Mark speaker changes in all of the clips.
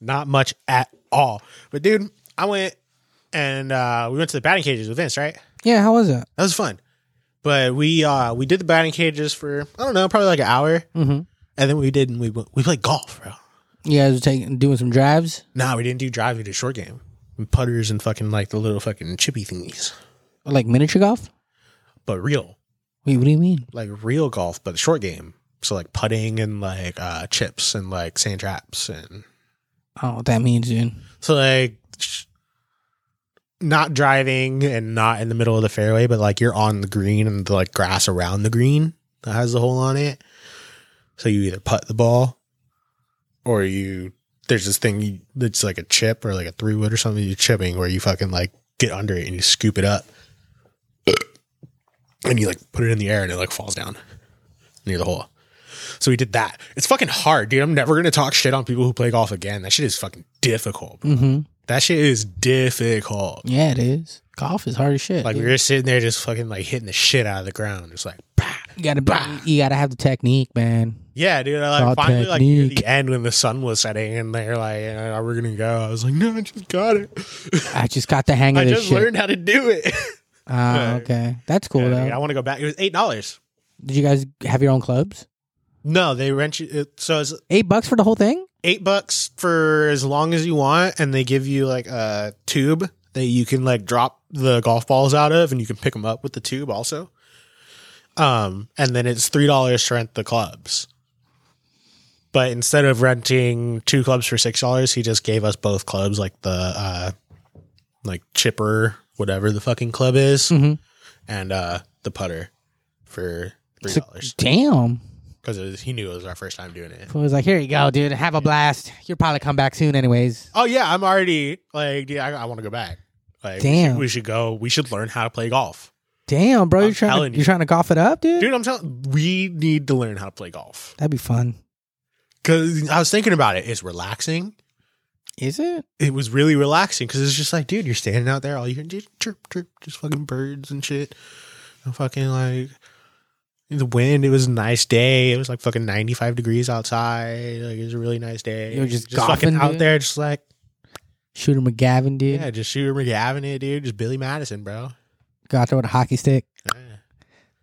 Speaker 1: Not much at all. But dude, I went and uh, we went to the batting cages with Vince, right?
Speaker 2: Yeah, how was it?
Speaker 1: That was fun. But we uh, we did the batting cages for I don't know, probably like an hour,
Speaker 2: Mm-hmm.
Speaker 1: and then we did and we went- we played golf, bro.
Speaker 2: You guys were taking doing some drives,
Speaker 1: Nah, we didn't do drive. We did short game, and putters, and fucking like the little fucking chippy thingies.
Speaker 2: like miniature golf.
Speaker 1: But real,
Speaker 2: Wait, what do you mean?
Speaker 1: like real golf, but short game. So like putting and like uh, chips and like sand traps and
Speaker 2: I don't know what that means, dude.
Speaker 1: so like sh- not driving and not in the middle of the fairway, but like you're on the green and the like grass around the green that has the hole on it. So you either putt the ball or you there's this thing you, that's like a chip or like a three wood or something you're chipping where you fucking like get under it and you scoop it up and you like put it in the air and it like falls down near the hole. So we did that. It's fucking hard, dude. I'm never gonna talk shit on people who play golf again. That shit is fucking difficult. bro.
Speaker 2: Mm-hmm.
Speaker 1: That shit is difficult.
Speaker 2: Yeah, it is. Golf is hard as shit.
Speaker 1: Like
Speaker 2: dude.
Speaker 1: we were sitting there just fucking like hitting the shit out of the ground. Just like, bah.
Speaker 2: you gotta be, you gotta have the technique, man.
Speaker 1: yeah, dude. I like
Speaker 2: Got
Speaker 1: finally like near
Speaker 2: technique.
Speaker 1: the end when the sun was setting and they're like, "Uh, we're gonna go. I was like, no, I just got it.
Speaker 2: I just got the hang of
Speaker 1: I
Speaker 2: this
Speaker 1: just
Speaker 2: shit.
Speaker 1: learned how to do it.
Speaker 2: Ah, okay, that's cool
Speaker 1: Yeah,
Speaker 2: though.
Speaker 1: dude, I want to go back. It was eight dollars.
Speaker 2: Did you guys have your own clubs?
Speaker 1: No, they rent you. It, so it's
Speaker 2: Eight bucks for the whole thing?
Speaker 1: eight bucks for as long as you want, and they give you like a tube that you can like drop the golf balls out of, and you can pick them up with the tube also. Um, and then it's three dollars to rent the clubs. But instead of renting two clubs for six dollars, he just gave us both clubs, like the uh, like chipper, whatever the fucking club is,
Speaker 2: Mhm.
Speaker 1: and uh, the putter for three
Speaker 2: So-
Speaker 1: dollars
Speaker 2: Damn.
Speaker 1: because he knew it was our first time doing it.
Speaker 2: I was like, here you go, dude. Have a blast. You'll probably come back soon, anyways.
Speaker 1: Oh yeah, I'm already like, yeah, I, I want to go back. Like, we
Speaker 2: Damn.
Speaker 1: should- we should, go. We should learn how to play golf,
Speaker 2: Damn, bro.
Speaker 1: I'm
Speaker 2: You're trying
Speaker 1: telling
Speaker 2: to,
Speaker 1: you.
Speaker 2: you're trying to golf it up, dude?
Speaker 1: dude. I'm telling, we need to learn how to play golf
Speaker 2: That'd be fun.
Speaker 1: because I was thinking about it. It's relaxing.
Speaker 2: Is it?
Speaker 1: It was really relaxing because it's just like, dude, you're standing out there, all you can do, is chirp, chirp, just fucking birds and shit, and fucking like the wind. It was a nice day. It was like fucking 95 degrees outside. Like it was a really nice day.
Speaker 2: You were just golfing,
Speaker 1: fucking out
Speaker 2: dude?
Speaker 1: there, just like
Speaker 2: Shooter McGavin, dude.
Speaker 1: yeah, just shooter McGavin it, dude. Just Billy Madison, bro.
Speaker 2: Go out there with a hockey stick.
Speaker 1: Yeah.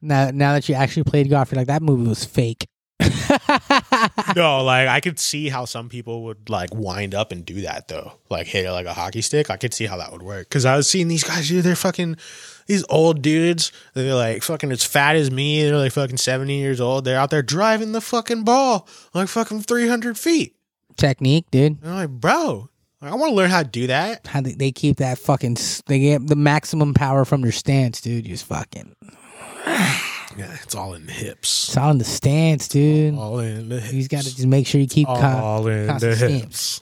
Speaker 2: Now, now that you actually played golf, you're like, that movie was fake.
Speaker 1: no, like I could see how some people would like wind up and do that though, like hit it like a hockey stick. I could see how that would work because I was seeing these guys, dude. They're fucking these old dudes. They're like fucking as fat as me. They're like fucking seventy years old. They're out there driving the fucking ball like fucking three hundred feet.
Speaker 2: Technique, dude.
Speaker 1: And I'm like, bro, I want to learn how to do that.
Speaker 2: How they, they keep that fucking, s- they get the maximum power from their stance, dude. Just fucking,
Speaker 1: Yeah, it's all in the hips.
Speaker 2: it's all in the stance, dude.
Speaker 1: All in the hips.
Speaker 2: You just got to just make sure you keep calm.
Speaker 1: all in the
Speaker 2: constant steam.
Speaker 1: hips.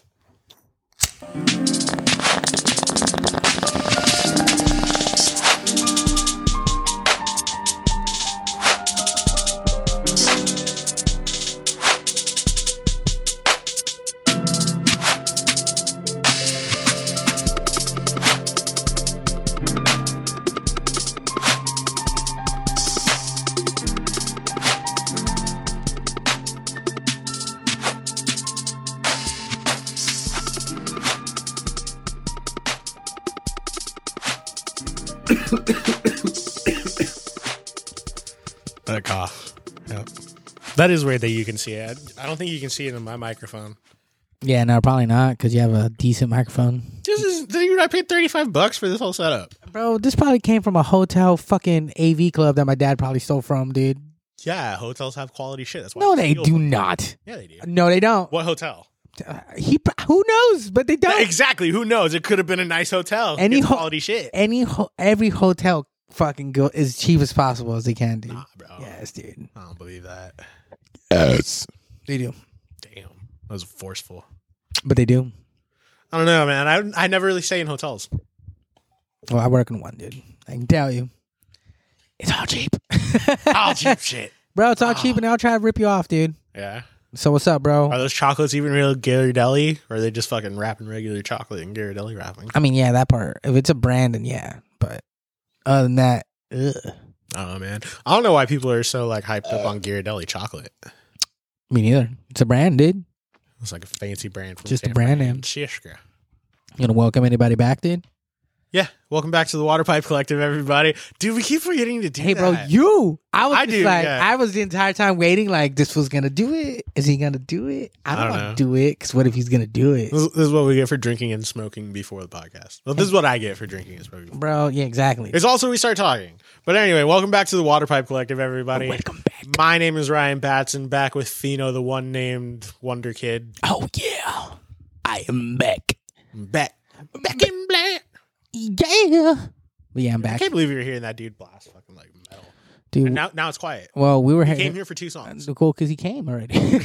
Speaker 1: That cough. Yep. That is weird that you can see it. I don't think you can see it in my microphone.
Speaker 2: Yeah, no, probably not because you have a decent microphone.
Speaker 1: This is dude. I paid thirty five bucks for this whole setup.
Speaker 2: Bro, this probably came from a hotel fucking AV club that my dad probably stole from, dude.
Speaker 1: Yeah, hotels have quality shit. That's why
Speaker 2: No,
Speaker 1: it's
Speaker 2: they
Speaker 1: real.
Speaker 2: do not.
Speaker 1: Yeah, they do.
Speaker 2: No, they don't.
Speaker 1: What hotel?
Speaker 2: Uh, He, pr- who knows? But they don't.
Speaker 1: Exactly. Who knows? It could have been a nice hotel.
Speaker 2: Any
Speaker 1: It's
Speaker 2: ho-
Speaker 1: quality shit.
Speaker 2: Any ho- every hotel fucking go as cheap as possible as they can, dude.
Speaker 1: Nah, Ah, bro.
Speaker 2: Yes, dude.
Speaker 1: I don't believe that.
Speaker 2: They do,
Speaker 1: Damn, that was forceful.
Speaker 2: but they do.
Speaker 1: I don't know, man. I I never really stay in hotels.
Speaker 2: Well, I work in one, dude. I can tell you, it's all cheap,
Speaker 1: Oh, cheap shit.
Speaker 2: bro. It's all cheap, and I'll try to rip you off, dude.
Speaker 1: Yeah.
Speaker 2: So what's up, bro?
Speaker 1: Are those chocolates even real Ghirardelli, or are they just fucking wrapping regular chocolate and Ghirardelli wrapping?
Speaker 2: I mean, yeah, that part. If it's a brand, then yeah. But other than that, ugh.
Speaker 1: Oh man, I don't know
Speaker 2: Uh,
Speaker 1: why people are so like hyped up on Ghirardelli chocolate.
Speaker 2: me neither. It's a brand, dude.
Speaker 1: It's like a fancy brand. From
Speaker 2: Just a
Speaker 1: San
Speaker 2: brand name.
Speaker 1: Francisco.
Speaker 2: You gonna welcome anybody back, dude?
Speaker 1: Yeah. Welcome back to the Water Pipe Collective, everybody. Dude, we keep forgetting to do
Speaker 2: Hey, bro,
Speaker 1: that.
Speaker 2: you. I was
Speaker 1: I
Speaker 2: just
Speaker 1: do,
Speaker 2: like,
Speaker 1: yeah.
Speaker 2: I was the entire time waiting, like, this was gonna do it. Is he gonna do it? I
Speaker 1: I
Speaker 2: don't,
Speaker 1: don't
Speaker 2: want
Speaker 1: know.
Speaker 2: to do it because what if he's gonna do it,
Speaker 1: This, this is what we get for drinking and smoking before the podcast. Well, this is what I get for drinking and smoking.
Speaker 2: bro? Yeah, exactly.
Speaker 1: It's also we start talking. But anyway, welcome back to the Water Pipe Collective, everybody.
Speaker 2: Welcome back.
Speaker 1: My name is Ryan Batson, back with Fino, the one named Wonder Kid.
Speaker 2: Oh yeah, I am back.
Speaker 1: Back. Back in black.
Speaker 2: Yeah. But yeah, I'm
Speaker 1: I
Speaker 2: back,
Speaker 1: can't believe you're hearing that dude blast fucking like metal.
Speaker 2: dude.
Speaker 1: And now, now it's quiet.
Speaker 2: well, we were he
Speaker 1: Came here for two songs.
Speaker 2: cool because he came already.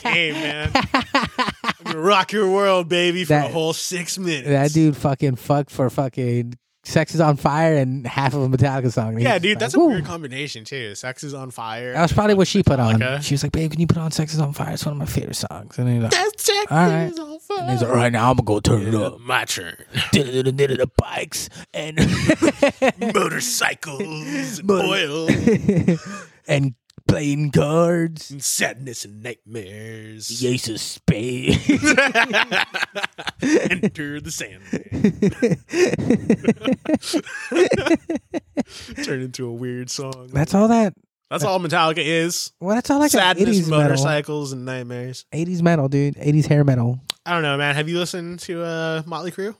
Speaker 1: Hey man, I'm gonna rock your world, baby, for
Speaker 2: That-
Speaker 1: a whole six minutes.
Speaker 2: that dude fucking fucked for fucking sex is on fire and half of a Metallica song. And he
Speaker 1: Yeah,
Speaker 2: was
Speaker 1: dude,
Speaker 2: like,
Speaker 1: that's a
Speaker 2: "Woo."
Speaker 1: weird combination too. Sex is on fire.
Speaker 2: That was probably what she put on.
Speaker 1: Metallica.
Speaker 2: She was like, "Babe, can you put on Sex is on Fire? It's one of my favorite songs." And he's like,
Speaker 1: That sex
Speaker 2: All right.
Speaker 1: is on fire.
Speaker 2: and he's like, "All right, now I'm gonna go turn it up."
Speaker 1: Uh, My turn.
Speaker 2: Did it, did it, the bikes and
Speaker 1: Motorcycles, and
Speaker 2: Motor-
Speaker 1: oil,
Speaker 2: and playing cards.
Speaker 1: and sadness and nightmares.
Speaker 2: The Ace of Spades.
Speaker 1: Enter the Sandman. Turn into a weird song.
Speaker 2: That's all that.
Speaker 1: That's all Metallica is.
Speaker 2: Well, that's all like
Speaker 1: Sadness,
Speaker 2: eighties metal.
Speaker 1: motorcycles, and nightmares.
Speaker 2: Eighties metal, dude. Eighties hair metal.
Speaker 1: I don't know, man. Have you listened to uh, Motley Crue?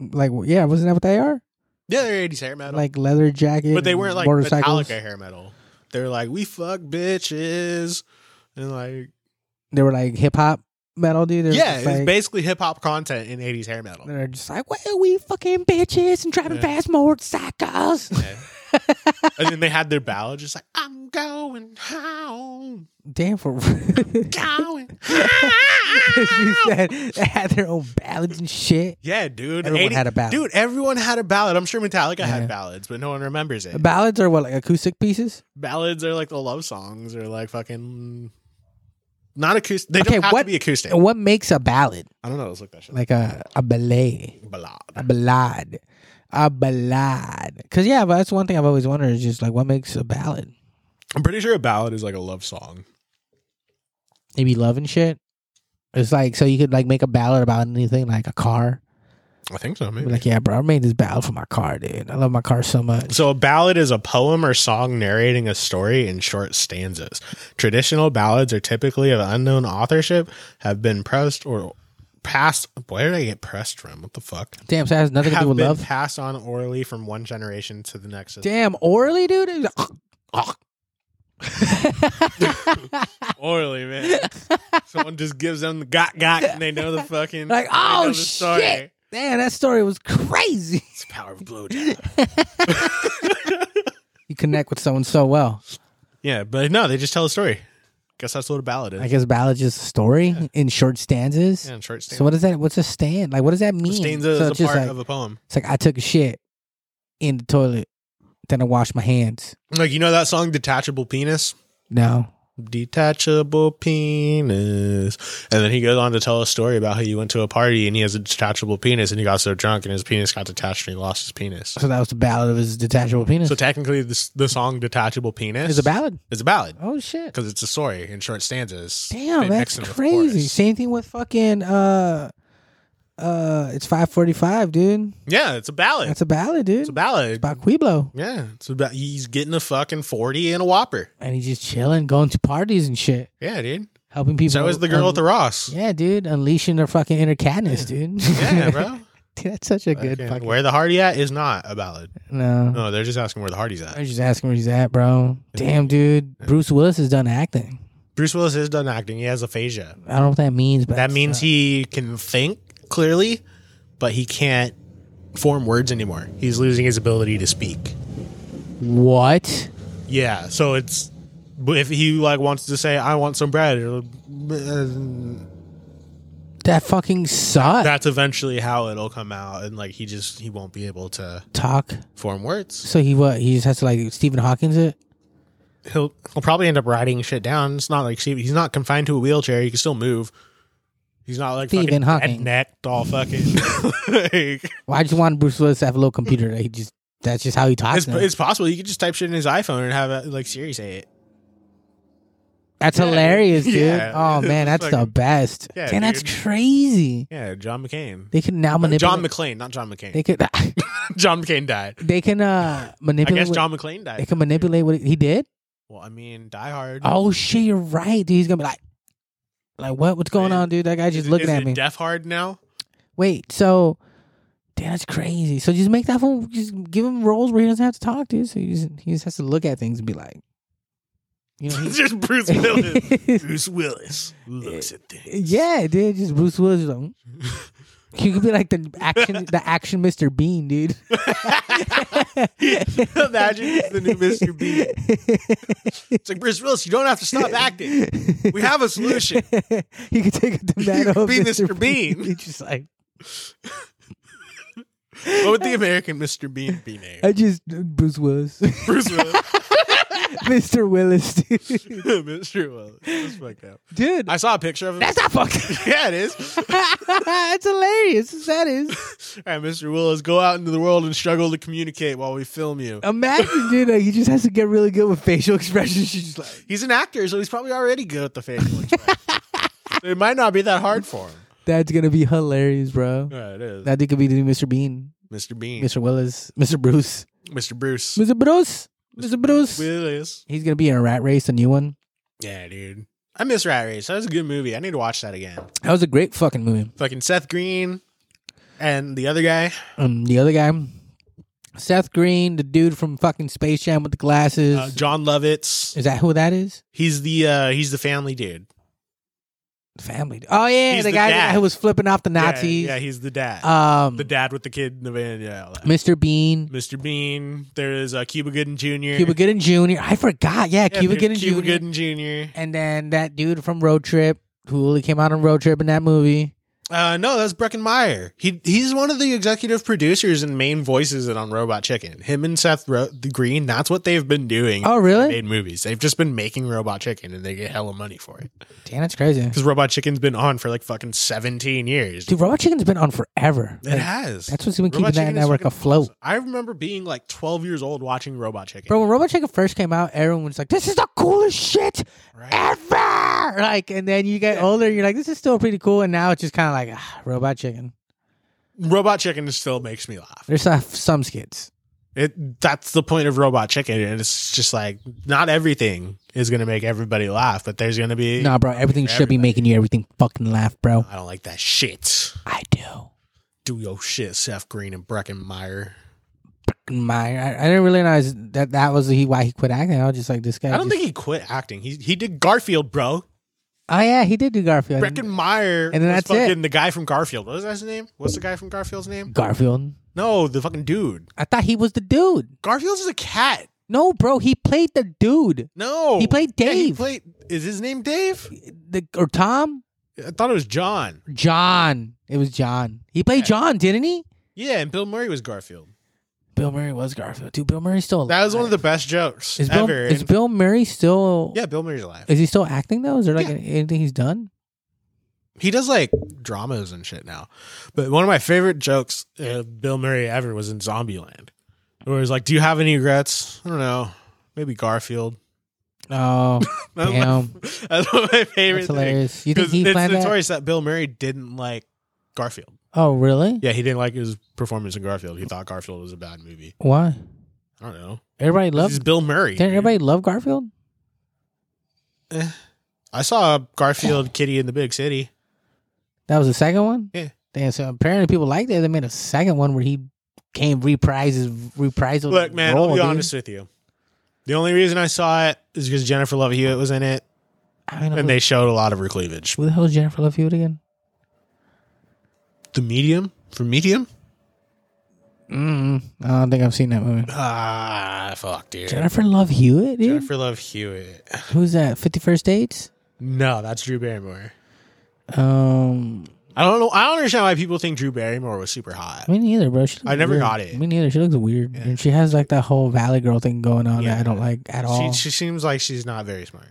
Speaker 2: Like, yeah, wasn't that what they are?
Speaker 1: Yeah, they're 80s hair metal.
Speaker 2: Like leather jacket.
Speaker 1: but they
Speaker 2: and
Speaker 1: weren't like
Speaker 2: motorcycles.
Speaker 1: Metallica hair metal. They were like, we fuck bitches. And like,
Speaker 2: They were like hip hop metal, dude. They were
Speaker 1: yeah,
Speaker 2: just
Speaker 1: it's
Speaker 2: like,
Speaker 1: basically hip hop content in 80s hair metal.
Speaker 2: They're just like, well, we fucking bitches and driving
Speaker 1: Yeah.
Speaker 2: fast motorcycles.
Speaker 1: Yeah. and then they had their ballad just like, I'm going home.
Speaker 2: Damn, for real.
Speaker 1: Going
Speaker 2: you
Speaker 1: home.
Speaker 2: said they had their own ballads and shit.
Speaker 1: Yeah, dude.
Speaker 2: Everyone
Speaker 1: 80
Speaker 2: had a ballad.
Speaker 1: Dude, everyone had a ballad. I'm sure Metallica
Speaker 2: Yeah.
Speaker 1: had ballads, but no one remembers it.
Speaker 2: Ballads are what like acoustic pieces.
Speaker 1: ballads are like the love songs or like fucking not acoustic. They
Speaker 2: Okay,
Speaker 1: don't have
Speaker 2: what-
Speaker 1: to be acoustic.
Speaker 2: And what makes a ballad
Speaker 1: I don't know. Let's look that shit. Like
Speaker 2: like a a ballet, a
Speaker 1: ballad.
Speaker 2: ballad, a ballad? Because yeah, but that's one thing I've always wondered is just like what makes a ballad?
Speaker 1: I'm pretty sure a ballad is like a love song.
Speaker 2: Maybe love and shit. It's like so you could like make a ballad about anything like a car.
Speaker 1: I think so.
Speaker 2: Be
Speaker 1: Maybe.
Speaker 2: like yeah, bro, I made this ballad for my car, dude. I love my car so much.
Speaker 1: so a ballad is a poem or song narrating a story in short stanzas. Traditional ballads are typically of unknown authorship, have been pressed or passed. Where did I get pressed from? What the fuck?
Speaker 2: Damn, so that has nothing to
Speaker 1: Have
Speaker 2: do with
Speaker 1: been
Speaker 2: love.
Speaker 1: passed on orally from one generation to the next.
Speaker 2: Damn, orally, dude. It was-
Speaker 1: orally, man. Someone just gives them the got got, and they know the fucking
Speaker 2: like,
Speaker 1: they know
Speaker 2: oh
Speaker 1: the story.
Speaker 2: shit, man, that story was crazy.
Speaker 1: It's the power of blowjob.
Speaker 2: You connect with someone so well.
Speaker 1: yeah, but no, they just tell a story. Guess that's what a ballad is.
Speaker 2: I guess ballad's just a story in short stanzas.
Speaker 1: yeah, in short stanza.
Speaker 2: So what is that? What's a stand? Like, what does that mean?
Speaker 1: stanza
Speaker 2: so
Speaker 1: is a
Speaker 2: it's just
Speaker 1: part
Speaker 2: like,
Speaker 1: of a poem.
Speaker 2: it's like I took a shit in the toilet, then I washed my hands.
Speaker 1: Like you know that song, "Detachable Penis."
Speaker 2: No,
Speaker 1: Detachable penis, and then he goes on to tell a story about how he went to a party and he has a detachable penis, and he got so drunk and his penis got detached and he lost his penis.
Speaker 2: so that was the ballad of his detachable penis.
Speaker 1: So technically, this the song "Detachable Penis"
Speaker 2: it's a ballad.
Speaker 1: Is a ballad.
Speaker 2: Oh shit!
Speaker 1: because it's a story in short stanzas.
Speaker 2: Damn,
Speaker 1: They mix
Speaker 2: that's
Speaker 1: it with
Speaker 2: crazy.
Speaker 1: chorus.
Speaker 2: Same thing with fucking uh, uh, it's five forty five, dude.
Speaker 1: Yeah, it's a ballad.
Speaker 2: That's a ballad, dude.
Speaker 1: it's a ballad.
Speaker 2: about Quiblo.
Speaker 1: yeah, it's about he's getting a fucking forty and a whopper.
Speaker 2: And he's just chilling, going to parties and shit,
Speaker 1: Yeah, dude.
Speaker 2: helping people.
Speaker 1: So is the girl
Speaker 2: un-
Speaker 1: with the Ross.
Speaker 2: um, Yeah, dude, unleashing their fucking inner Katniss, dude.
Speaker 1: Yeah, bro.
Speaker 2: dude, that's such a good
Speaker 1: Fucking
Speaker 2: fucking.
Speaker 1: where the Hardy at is not a ballad.
Speaker 2: No,
Speaker 1: No, they're just asking where the Hardy's
Speaker 2: I
Speaker 1: at.
Speaker 2: was just asking where he's at, bro. Damn, dude, Bruce Willis is done acting.
Speaker 1: Bruce Willis is done acting. He has aphasia.
Speaker 2: I don't know what that means, but
Speaker 1: That means he can think clearly, but he can't form words anymore. He's losing his ability to speak.
Speaker 2: what?
Speaker 1: Yeah, so it's but if he like wants to say I want some bread, uh, it'll,
Speaker 2: That fucking sucks.
Speaker 1: that's eventually how it'll come out and like he just he won't be able to
Speaker 2: Talk.
Speaker 1: form words
Speaker 2: So he what? He just has to like Stephen Hawkins it.
Speaker 1: he'll he'll probably end up writing shit down it's not like Steve, he's not confined to a wheelchair he can still move he's not like
Speaker 2: Stephen
Speaker 1: fucking
Speaker 2: Hawking.
Speaker 1: necked all fucking like,
Speaker 2: Well, I just want Bruce Willis to have a little computer that he just. That's just how he talks.
Speaker 1: it's,
Speaker 2: now.
Speaker 1: it's possible you could just type shit in his iphone and have uh, like siri say it
Speaker 2: That's
Speaker 1: Yeah.
Speaker 2: hilarious, dude.
Speaker 1: Yeah.
Speaker 2: Oh man,
Speaker 1: It's
Speaker 2: that's the
Speaker 1: fucking-
Speaker 2: best.
Speaker 1: Yeah,
Speaker 2: Damn, that's
Speaker 1: dude.
Speaker 2: crazy.
Speaker 1: Yeah, John McCain. Uh,
Speaker 2: They can now manipulate.
Speaker 1: John McClain, not John McCain.
Speaker 2: they could.
Speaker 1: John McCain died.
Speaker 2: They can uh
Speaker 1: I
Speaker 2: manipulate.
Speaker 1: guess
Speaker 2: what-
Speaker 1: John McClain died.
Speaker 2: they can manipulate what he did.
Speaker 1: Well, I mean, Die Hard.
Speaker 2: Oh shit, you're right, dude. He's gonna be like, like what? What's going
Speaker 1: Man,
Speaker 2: on, dude? That guy just
Speaker 1: Is-
Speaker 2: looking
Speaker 1: is
Speaker 2: at
Speaker 1: it
Speaker 2: me.
Speaker 1: Deaf Hard now.
Speaker 2: Wait, so damn, that's crazy. So just make that fool. Just give him roles where he doesn't have to talk, dude. So he just he just has to look at things and be like, you know, he-
Speaker 1: just Bruce Willis. Bruce Willis looks at things.
Speaker 2: yeah, dude. Just Bruce Willis. is Like, he could be like the action, the action Mr. Bean, dude.
Speaker 1: Imagine he's the new Mr. Bean.
Speaker 2: Bean.
Speaker 1: It's like Bruce Willis, you don't have to stop acting. We have a solution.
Speaker 2: he could take a tomato.
Speaker 1: could be
Speaker 2: of
Speaker 1: Mr. Bean.
Speaker 2: He's just like
Speaker 1: What would the American Mr. Bean be named?
Speaker 2: I just Bruce Willis,
Speaker 1: Bruce Willis.
Speaker 2: Mr. Willis, dude.
Speaker 1: Mr. Willis. Let's fuck up.
Speaker 2: dude
Speaker 1: I saw a picture of him.
Speaker 2: that's not fucking.
Speaker 1: yeah, it is.
Speaker 2: it's hilarious. That is.
Speaker 1: All right, Mr. Willis, go out into the world and struggle to communicate while we film you.
Speaker 2: Imagine, dude. Like, he just has to get really good with facial expressions. She's just like,
Speaker 1: He's an actor, so he's probably already good at the facial expressions. it might not be that hard for him.
Speaker 2: that's gonna be hilarious, bro.
Speaker 1: Yeah, it is.
Speaker 2: That dude could be the new Mr. Bean,
Speaker 1: Mr. Bean.
Speaker 2: Mr. Willis, Mr. Bruce,
Speaker 1: Mr. Bruce.
Speaker 2: Mr. Bruce, Mr. Bruce.
Speaker 1: Willis.
Speaker 2: He's gonna be in a Rat Race, a new one.
Speaker 1: Yeah, dude. I miss Rat Race. That was a good movie. I need to watch that again.
Speaker 2: That was a great fucking movie.
Speaker 1: Fucking Seth Green and the other guy.
Speaker 2: Um, the other guy, Seth Green, the dude from fucking Space Jam with the glasses.
Speaker 1: Uh, John Lovitz.
Speaker 2: is that who that is?
Speaker 1: He's the uh he's the family dude.
Speaker 2: Family. Oh yeah,
Speaker 1: He's
Speaker 2: the
Speaker 1: the
Speaker 2: guy
Speaker 1: dad.
Speaker 2: who was flipping off the Nazis.
Speaker 1: Yeah, yeah he's the dad.
Speaker 2: Um,
Speaker 1: the dad with the kid in the van. Yeah. all that.
Speaker 2: Mr. Bean,
Speaker 1: Mr. Bean. There is uh, Cuba Gooden Jr.
Speaker 2: Cuba Gooding Jr. I forgot. Yeah,
Speaker 1: Yeah,
Speaker 2: Cuba
Speaker 1: there's
Speaker 2: Gooding
Speaker 1: Cuba
Speaker 2: Jr.
Speaker 1: Gooden Jr.
Speaker 2: And then that dude from Road Trip who only came out on Road Trip in that movie.
Speaker 1: Uh, no, that's Breckenmeyer. He he's one of the executive producers and main voices in on Robot Chicken. Him and Seth Ro- the Green. That's what they've been doing.
Speaker 2: Oh really?
Speaker 1: Made movies. They've just been making Robot Chicken, and they get hella money for it.
Speaker 2: Damn, that's crazy.
Speaker 1: Because Robot Chicken's been on for like fucking seventeen years.
Speaker 2: Dude, Robot Chicken's been on forever.
Speaker 1: it
Speaker 2: Like,
Speaker 1: has.
Speaker 2: that's what's been
Speaker 1: Robot
Speaker 2: keeping that
Speaker 1: Chicken is
Speaker 2: network
Speaker 1: fucking
Speaker 2: afloat.
Speaker 1: awesome. I remember being like twelve years old watching Robot Chicken.
Speaker 2: Bro, when Robot Chicken first came out, everyone was like, "This is the coolest shit
Speaker 1: right?
Speaker 2: ever!" Like, and then you get
Speaker 1: Yeah.
Speaker 2: older, you're like, "This is still pretty cool," and now it's just kind of like ah, Robot Chicken.
Speaker 1: Robot Chicken still makes me laugh.
Speaker 2: There's some, some skits.
Speaker 1: It that's the point of Robot Chicken, and it's just like not everything is gonna make everybody laugh, but there's gonna be.
Speaker 2: Nah, bro, everything
Speaker 1: for
Speaker 2: should be making you everything fucking laugh, bro.
Speaker 1: I don't like that shit.
Speaker 2: I do.
Speaker 1: Do your shit, Seth Green and Breckenmeyer.
Speaker 2: My, I, I didn't really realize that that was he why he quit acting. I was just like, this guy.
Speaker 1: I don't
Speaker 2: just-
Speaker 1: think he quit acting. He he did Garfield, bro.
Speaker 2: Oh yeah, he did do Garfield.
Speaker 1: Breckenmeyer
Speaker 2: And then
Speaker 1: was
Speaker 2: that's it.
Speaker 1: fucking the guy from Garfield. What was that his name? What's the guy from Garfield's name?
Speaker 2: Garfield.
Speaker 1: No, the fucking dude.
Speaker 2: I thought he was the dude.
Speaker 1: Garfield's is a cat.
Speaker 2: No, bro, he played the dude.
Speaker 1: No,
Speaker 2: He played
Speaker 1: Yeah, he
Speaker 2: Dave.
Speaker 1: played. Is his name Dave?
Speaker 2: The or Tom
Speaker 1: I thought it was John.
Speaker 2: John. It was John. He played John, didn't he?
Speaker 1: Yeah, and Bill Murray was Garfield.
Speaker 2: Bill Murray was Garfield. Dude, Bill Murray's still alive.
Speaker 1: That was one of the best jokes
Speaker 2: Is Bill,
Speaker 1: ever.
Speaker 2: is
Speaker 1: And-
Speaker 2: Bill Murray still?
Speaker 1: yeah, Bill Murray's alive.
Speaker 2: Is he still acting though? Is there like
Speaker 1: Yeah.
Speaker 2: anything he's done?
Speaker 1: He does like dramas and shit now. But one of my favorite jokes uh, Bill Murray ever was in Zombieland, where he was like, "Do you have any regrets? I don't know, maybe Garfield."
Speaker 2: Oh,
Speaker 1: That's
Speaker 2: Damn.
Speaker 1: my- that's one of my favorite
Speaker 2: that's
Speaker 1: things.
Speaker 2: hilarious. You think
Speaker 1: Because
Speaker 2: he
Speaker 1: it's
Speaker 2: planned that?
Speaker 1: notorious that Bill Murray didn't like Garfield.
Speaker 2: Oh, really?
Speaker 1: Yeah, he didn't like his performance in Garfield. He thought Garfield was a bad movie.
Speaker 2: Why?
Speaker 1: I don't know.
Speaker 2: Everybody
Speaker 1: This
Speaker 2: loves.
Speaker 1: is Bill Murray.
Speaker 2: Didn't
Speaker 1: dude.
Speaker 2: everybody love Garfield?
Speaker 1: I saw Garfield Kitty in the Big City.
Speaker 2: That was the second one.
Speaker 1: Yeah.
Speaker 2: Damn. So apparently people liked that. They made a second one where he came reprises reprisal.
Speaker 1: Look, man,
Speaker 2: role,
Speaker 1: I'll be
Speaker 2: dude.
Speaker 1: honest with you. The only reason I saw it is because Jennifer Love Hewitt was in it,
Speaker 2: I mean,
Speaker 1: and they showed a lot of her cleavage.
Speaker 2: who the hell is Jennifer Love Hewitt again?
Speaker 1: The Medium from Medium.
Speaker 2: Mm, I don't think I've seen that movie.
Speaker 1: Ah, fuck, dude.
Speaker 2: Jennifer Love Hewitt, dude.
Speaker 1: Jennifer Love Hewitt.
Speaker 2: Who's that? Fifty First Dates.
Speaker 1: No, that's Drew Barrymore.
Speaker 2: Um,
Speaker 1: I don't know. I don't understand why people think Drew Barrymore was super hot.
Speaker 2: me neither, bro. She looks
Speaker 1: I never
Speaker 2: weird.
Speaker 1: got it.
Speaker 2: Me neither. She looks weird, and she has like that whole Valley Girl thing going on that I don't like at all.
Speaker 1: She, she seems like she's not very smart.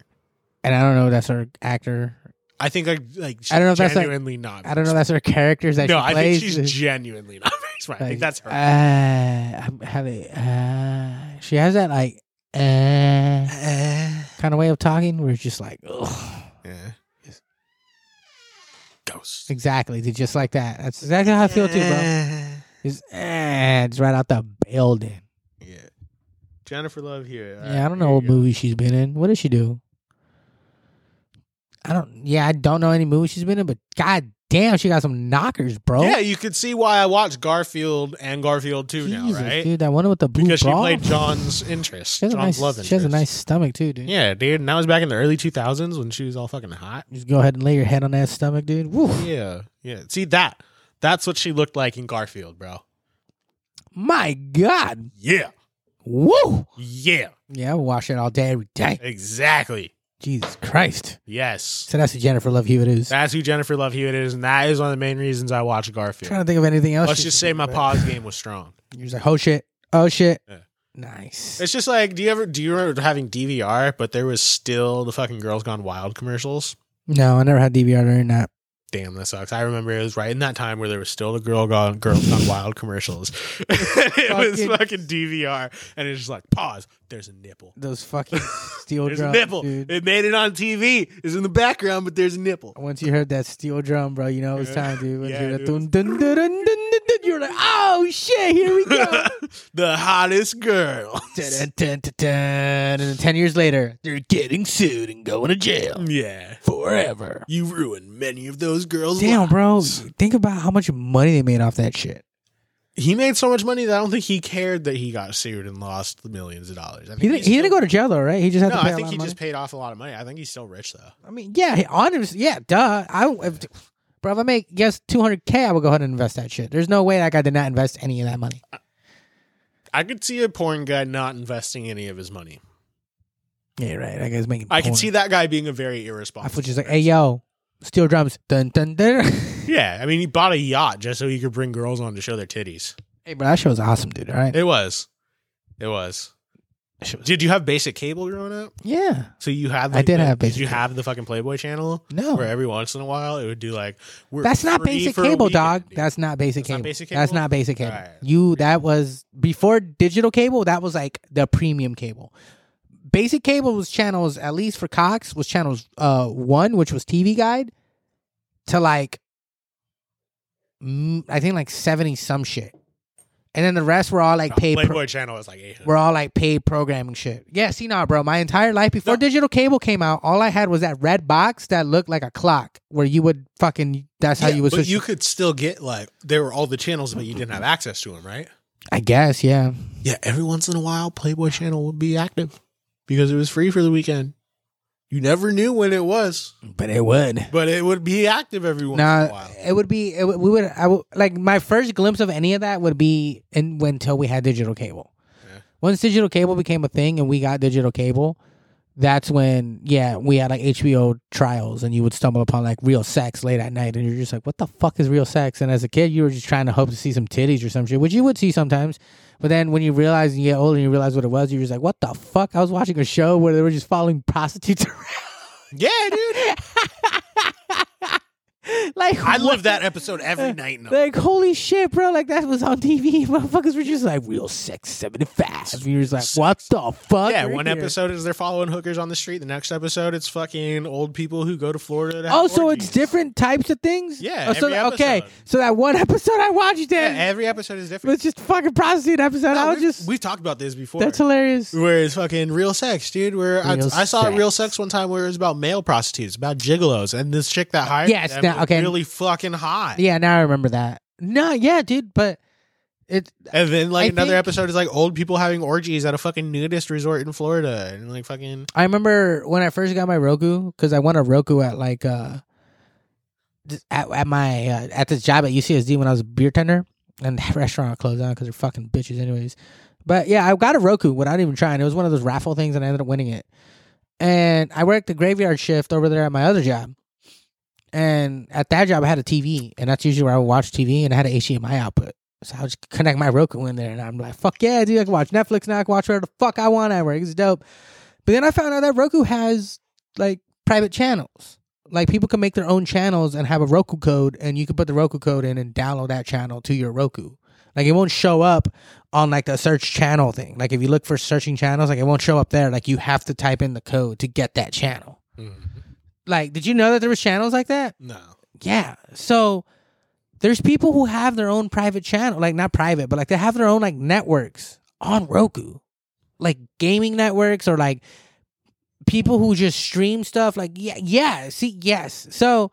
Speaker 2: and I don't know if that's her actor.
Speaker 1: I think like like she's
Speaker 2: I don't know if that's, like-
Speaker 1: genuinely not.
Speaker 2: I don't know if that's her characters that
Speaker 1: No,
Speaker 2: she
Speaker 1: I
Speaker 2: plays.
Speaker 1: think she's genuinely not very smart. I think that's her.
Speaker 2: Uh, I'm having, uh, she has that like, uh, kind of way of talking where it's just like, ugh.
Speaker 1: Yeah. Ghost.
Speaker 2: Exactly. dude, Just like that. That's exactly how I feel too, bro. It's, eh, it's right out the building.
Speaker 1: Yeah. Jennifer Love here.
Speaker 2: yeah, I don't know what movie she's been in. What does she do? I don't. Yeah, I don't know any movie she's been in, but god damn, she got some knockers, bro.
Speaker 1: Yeah, you could see why I watched Garfield and Garfield 2
Speaker 2: Jesus,
Speaker 1: now, right?
Speaker 2: Dude, that one with the blue
Speaker 1: Because she
Speaker 2: bra.
Speaker 1: played John's interest.
Speaker 2: She
Speaker 1: John's
Speaker 2: has, a nice,
Speaker 1: love interest.
Speaker 2: she has a nice stomach too, dude.
Speaker 1: Yeah, dude. And that was back in the early 2000s when she was all fucking hot.
Speaker 2: Just go ahead and lay your head on that stomach, dude. Woo.
Speaker 1: Yeah. Yeah. See that? That's what she looked like in Garfield, bro.
Speaker 2: My God.
Speaker 1: Yeah.
Speaker 2: Woo.
Speaker 1: Yeah.
Speaker 2: Yeah, I wash it all day, every day.
Speaker 1: Exactly.
Speaker 2: Jesus Christ.
Speaker 1: Yes.
Speaker 2: So that's the Jennifer Love Hewitt is.
Speaker 1: That's who Jennifer Love Hewitt is, and that is one of the main reasons I watch
Speaker 2: I'm
Speaker 1: Garfield.
Speaker 2: trying to think of anything else.
Speaker 1: Let's
Speaker 2: she's
Speaker 1: just
Speaker 2: been
Speaker 1: say
Speaker 2: in,
Speaker 1: my
Speaker 2: but-
Speaker 1: pa's game was strong.
Speaker 2: He was like, oh shit, oh shit.
Speaker 1: Yeah.
Speaker 2: Nice.
Speaker 1: It's just like, do you ever do you remember having DVR, but there was still the fucking Girls Gone Wild commercials?
Speaker 2: No, I never had DVR during that.
Speaker 1: Damn, that sucks. I remember it was right in that time where there was still the Girl Gone Girls Gone Wild commercials. it was
Speaker 2: Fucking-
Speaker 1: fucking DVR, and it's just like pause. There's a nipple.
Speaker 2: Those fucking steel
Speaker 1: There's a
Speaker 2: drums,
Speaker 1: nipple.
Speaker 2: dude.
Speaker 1: It made it on TV. It's in the background, but there's a nipple.
Speaker 2: Once you heard that steel drum, bro, you know it was
Speaker 1: Yeah.
Speaker 2: time, dude. When
Speaker 1: Yeah,
Speaker 2: you heard that
Speaker 1: dude.
Speaker 2: dun, dun, dun, dun, dun, dun, dun, you're like, oh shit, here we go.
Speaker 1: the hottest girl.
Speaker 2: Dun, dun, dun, dun, dun. And then ten years later, they're getting sued and going to jail
Speaker 1: yeah.
Speaker 2: forever.
Speaker 1: You ruined many of those girls.
Speaker 2: Damn, bro.
Speaker 1: lives.
Speaker 2: Think about how much money they made off that shit.
Speaker 1: He made so much money that I don't think he cared that he got sued and lost the millions of dollars. I think
Speaker 2: He didn't,
Speaker 1: he's
Speaker 2: he didn't
Speaker 1: still-
Speaker 2: go to jail though, right? He just had
Speaker 1: No,
Speaker 2: to pay
Speaker 1: I
Speaker 2: a
Speaker 1: think
Speaker 2: lot
Speaker 1: he
Speaker 2: of money.
Speaker 1: just paid off a lot of money. I think he's still rich though.
Speaker 2: I mean, yeah, he- honestly, yeah, duh. I, if, bro, if I make guess two hundred k, I will go ahead and invest that shit. There's no way that guy did not invest any of that money.
Speaker 1: I could see a porn guy not investing any of his money.
Speaker 2: Yeah, you're right. That guy's making.
Speaker 1: I could see that guy being a very
Speaker 2: I
Speaker 1: irresponsible.
Speaker 2: was just like, hey, yo, steel drums, dun dun dun.
Speaker 1: yeah, I mean, he bought a yacht just so he could bring girls on to show their titties.
Speaker 2: hey, bro, that shit was awesome, dude. All right.
Speaker 1: It was, it was.
Speaker 2: That shit was-
Speaker 1: Did you have basic cable growing up?
Speaker 2: yeah.
Speaker 1: So you had.
Speaker 2: I
Speaker 1: like,
Speaker 2: did
Speaker 1: the-
Speaker 2: have basic
Speaker 1: Did you
Speaker 2: cable.
Speaker 1: have the fucking Playboy channel?
Speaker 2: No,
Speaker 1: Where every once in a while it would do like. We're
Speaker 2: that's not
Speaker 1: free
Speaker 2: basic
Speaker 1: for a
Speaker 2: cable,
Speaker 1: weekend,
Speaker 2: dog.
Speaker 1: dude.
Speaker 2: That's not basic
Speaker 1: That's not
Speaker 2: cable.
Speaker 1: basic
Speaker 2: That's
Speaker 1: cable?
Speaker 2: not basic cable.
Speaker 1: Alright.
Speaker 2: You that was before digital cable. That was like the premium cable. Basic cable was channels at least for Cox was channels uh one, which was TV Guide, to like mm, I think like seventy some shit, and then the rest were all like
Speaker 1: No,
Speaker 2: paid. pro-
Speaker 1: Playboy channel was like eight hundred.
Speaker 2: we're all like paid programming shit. Yeah, see now, bro. My entire life before
Speaker 1: No.
Speaker 2: digital cable came out, all I had was that red box that looked like a clock where you would fucking. That's how
Speaker 1: Yeah,
Speaker 2: you would
Speaker 1: but
Speaker 2: switch.
Speaker 1: you could still get like there were all the channels, but you didn't have access to them, right?
Speaker 2: I guess, yeah.
Speaker 1: Yeah, every once in a while, Playboy Channel would be active because it was free for the weekend. You never knew when it was,
Speaker 2: But it would.
Speaker 1: but it would be active every once in a
Speaker 2: Nah,
Speaker 1: while.
Speaker 2: it would be. It, would- we would. I would like my first glimpse of any of that would be in when until we had digital cable.
Speaker 1: Yeah.
Speaker 2: Once digital cable became a thing and we got digital cable, that's when yeah we had like HBO trials and you would stumble upon like real sex late at night and you're just like what the fuck is real sex and as a kid you were just trying to hope to see some titties or some shit which you would see sometimes but then when you realize and you get older and you realize what it was you're just like what the fuck I was watching a show where they were just following prostitutes around
Speaker 1: Yeah, dude.
Speaker 2: like
Speaker 1: I
Speaker 2: what
Speaker 1: lived that episode every night. No.
Speaker 2: Like holy shit, bro! Like that was on TV. Motherfuckers were just like real sex seventy five. And you was like, what the fuck?
Speaker 1: Yeah,
Speaker 2: We're
Speaker 1: one
Speaker 2: here.
Speaker 1: episode is they're following hookers on the street. The next episode, it's fucking old people who go to Florida. To have
Speaker 2: Oh, so it's
Speaker 1: orgies.
Speaker 2: different types of things.
Speaker 1: Yeah,
Speaker 2: Oh, so
Speaker 1: every
Speaker 2: that- okay,
Speaker 1: episode.
Speaker 2: so that one episode I watched
Speaker 1: Yeah,
Speaker 2: then
Speaker 1: every episode is different.
Speaker 2: was just fucking prostitute episode.
Speaker 1: No,
Speaker 2: I was
Speaker 1: we've,
Speaker 2: just
Speaker 1: we've talked about this before.
Speaker 2: that's hilarious.
Speaker 1: where it's fucking real sex, dude. Where I,
Speaker 2: Real
Speaker 1: I saw
Speaker 2: sex.
Speaker 1: real sex one time where it was about male prostitutes, about gigolos, and this chick that hired
Speaker 2: Yeah, it's
Speaker 1: them
Speaker 2: not-
Speaker 1: was
Speaker 2: okay.
Speaker 1: really fucking hot.
Speaker 2: Yeah, now I remember that. No, yeah, dude, but it.
Speaker 1: And then like
Speaker 2: I
Speaker 1: another
Speaker 2: think-
Speaker 1: episode is like old people having orgies at a fucking nudist resort in Florida, and like fucking
Speaker 2: I remember when I first got my Roku because I won a Roku at like uh just at, at my uh, at this job at UCSD when I was a beer tender, and that restaurant closed down because they're fucking bitches, anyways. But yeah, I got a Roku without even trying. It was one of those raffle things, and I ended up winning it. And I worked the graveyard shift over there at my other job. And at that job, I had a TV, and that's usually where I would watch TV, and I had an HDMI output. So I would just connect my Roku in there, and I'm like, fuck yeah, dude, I can watch Netflix now, I can watch whatever the fuck I want at work. It's dope. But then I found out that Roku has like private channels. Like people can make their own channels and have a Roku code, and you can put the Roku code in and download that channel to your Roku. Like it won't show up on like the search channel thing. Like if you look for searching channels, like it won't show up there. Like you have to type in the code to get that channel. Like, did you know that there was channels like that?
Speaker 1: No.
Speaker 2: Yeah. So there's people who have their own private channel, like not private, but like they have their own like networks on Roku, like gaming networks or like people who just stream stuff. Like yeah, yeah. See, yes. So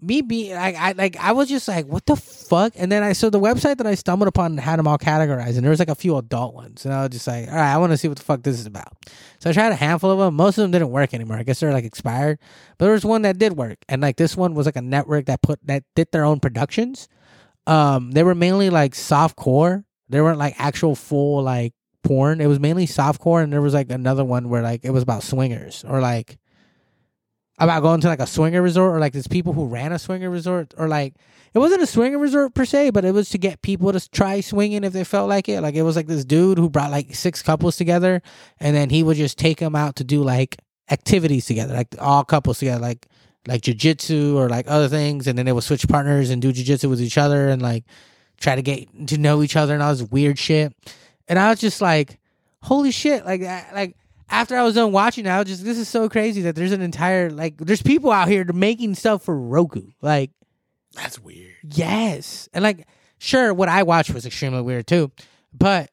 Speaker 2: me being like I like I was just like what the fuck, and then I so the website that I stumbled upon had them all categorized, and there was like a few adult ones, and I was just like, all right, I want to see what the fuck this is about. So I tried a handful of them. Most of them didn't work anymore. I guess they're like expired. But there was one that did work, and like this one was like a network that put that did their own productions. Um, they were mainly like soft core. They weren't like actual full like porn. It was mainly soft core, and there was like another one where like it was about swingers or like about going to like a swinger resort or like these people who ran a swinger resort or like it wasn't a swinger resort per se, but it was to get people to try swinging if they felt like it. Like it was like this dude who brought like six couples together, and then he would just take them out to do like activities together, like all couples together, like like jujitsu or like other things, and then they would switch partners and do jujitsu with each other and like try to get to know each other and all this weird shit. And I was just like, holy shit! Like I, like after I was done watching, I was just this is so crazy that there's an entire like there's people out here making stuff for Roku, like.
Speaker 1: That's weird.
Speaker 2: Yes. And like, sure, what I watched was extremely weird too, but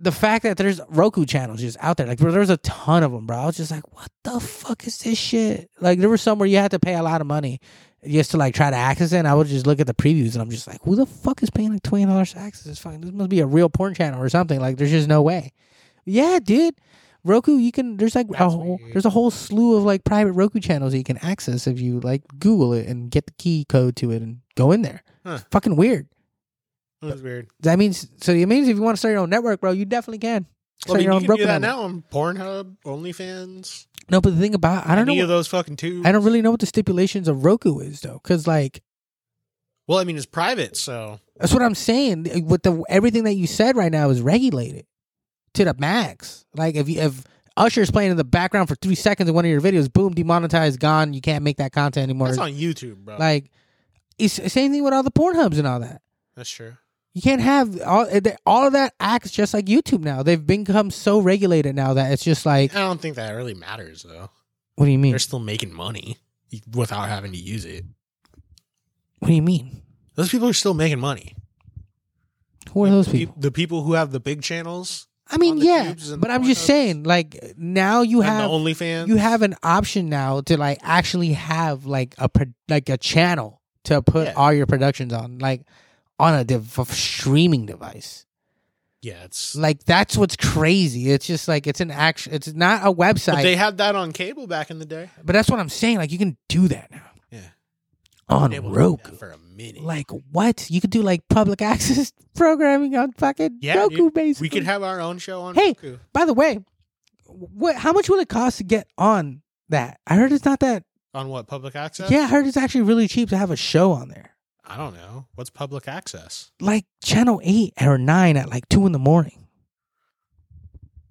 Speaker 2: the fact that there's Roku channels just out there, like, bro, there was a ton of them, bro. I was just like, what the fuck is this shit? Like, there were some where you had to pay a lot of money just to like try to access it. And I would just look at the previews and I'm just like, who the fuck is paying like twenty dollars to access this? Fucking, this must be a real porn channel or something. Like, there's just no way. Yeah, dude. Roku, you can there's like a
Speaker 1: That's
Speaker 2: whole
Speaker 1: weird.
Speaker 2: there's a whole slew of like private Roku channels that you can access if you like Google it and get the key code to it and go in there.
Speaker 1: Huh.
Speaker 2: It's fucking weird.
Speaker 1: That's weird.
Speaker 2: That means so it means if you want to start your own network, bro, you definitely can.
Speaker 1: Well,
Speaker 2: Start
Speaker 1: I mean,
Speaker 2: your
Speaker 1: you
Speaker 2: own
Speaker 1: can
Speaker 2: Roku
Speaker 1: do that
Speaker 2: network.
Speaker 1: now on Pornhub, OnlyFans.
Speaker 2: No, but the thing about I don't
Speaker 1: any
Speaker 2: know
Speaker 1: of
Speaker 2: what-
Speaker 1: those fucking two.
Speaker 2: I don't really know what the stipulations of Roku is though, because like
Speaker 1: Well, I mean, it's private, so
Speaker 2: that's what I'm saying. With the everything that you said right now is regulated to the max. Like if you if Usher's playing in the background for three seconds in one of your videos, boom, demonetized, gone. You can't make that content anymore.
Speaker 1: that's on YouTube, bro.
Speaker 2: like it's the same thing with all the Pornhubs and all that.
Speaker 1: that's true.
Speaker 2: You can't have all they- all of that acts just like YouTube now. They've become so regulated now that it's just like,
Speaker 1: I don't think that really matters though.
Speaker 2: what do you mean?
Speaker 1: They're still making money without having to use it.
Speaker 2: What do you mean?
Speaker 1: Those people are still making money.
Speaker 2: Who are those
Speaker 1: Pe-
Speaker 2: people?
Speaker 1: The people who have the big channels
Speaker 2: I mean,
Speaker 1: on the
Speaker 2: yeah,
Speaker 1: tubes and
Speaker 2: but
Speaker 1: the
Speaker 2: I'm just
Speaker 1: Pornhubs.
Speaker 2: saying, like now you
Speaker 1: and the
Speaker 2: have
Speaker 1: OnlyFans.
Speaker 2: you have an option now to like actually have like a pro- like a channel to put
Speaker 1: Yeah.
Speaker 2: all your productions on, like on a div- streaming device.
Speaker 1: yeah, it's
Speaker 2: Like that's what's crazy. It's just like it's an action. It's not a website.
Speaker 1: but they had that on cable back in the day.
Speaker 2: But that's what I'm saying. Like you can do that now.
Speaker 1: Yeah.
Speaker 2: On
Speaker 1: Cable did
Speaker 2: Roku.
Speaker 1: that for a minute.
Speaker 2: Like what? You could do like public access programming on fucking
Speaker 1: Yeah,
Speaker 2: Roku
Speaker 1: dude.
Speaker 2: basically.
Speaker 1: we could have our own show on
Speaker 2: Hey,
Speaker 1: Roku.
Speaker 2: By the way, what? How much will it cost to get on that? I heard it's not that.
Speaker 1: On what public access?
Speaker 2: Yeah, I heard it's actually really cheap to have a show on there,
Speaker 1: I don't know. What's public access?
Speaker 2: like Channel Eight or Nine at like two in the morning.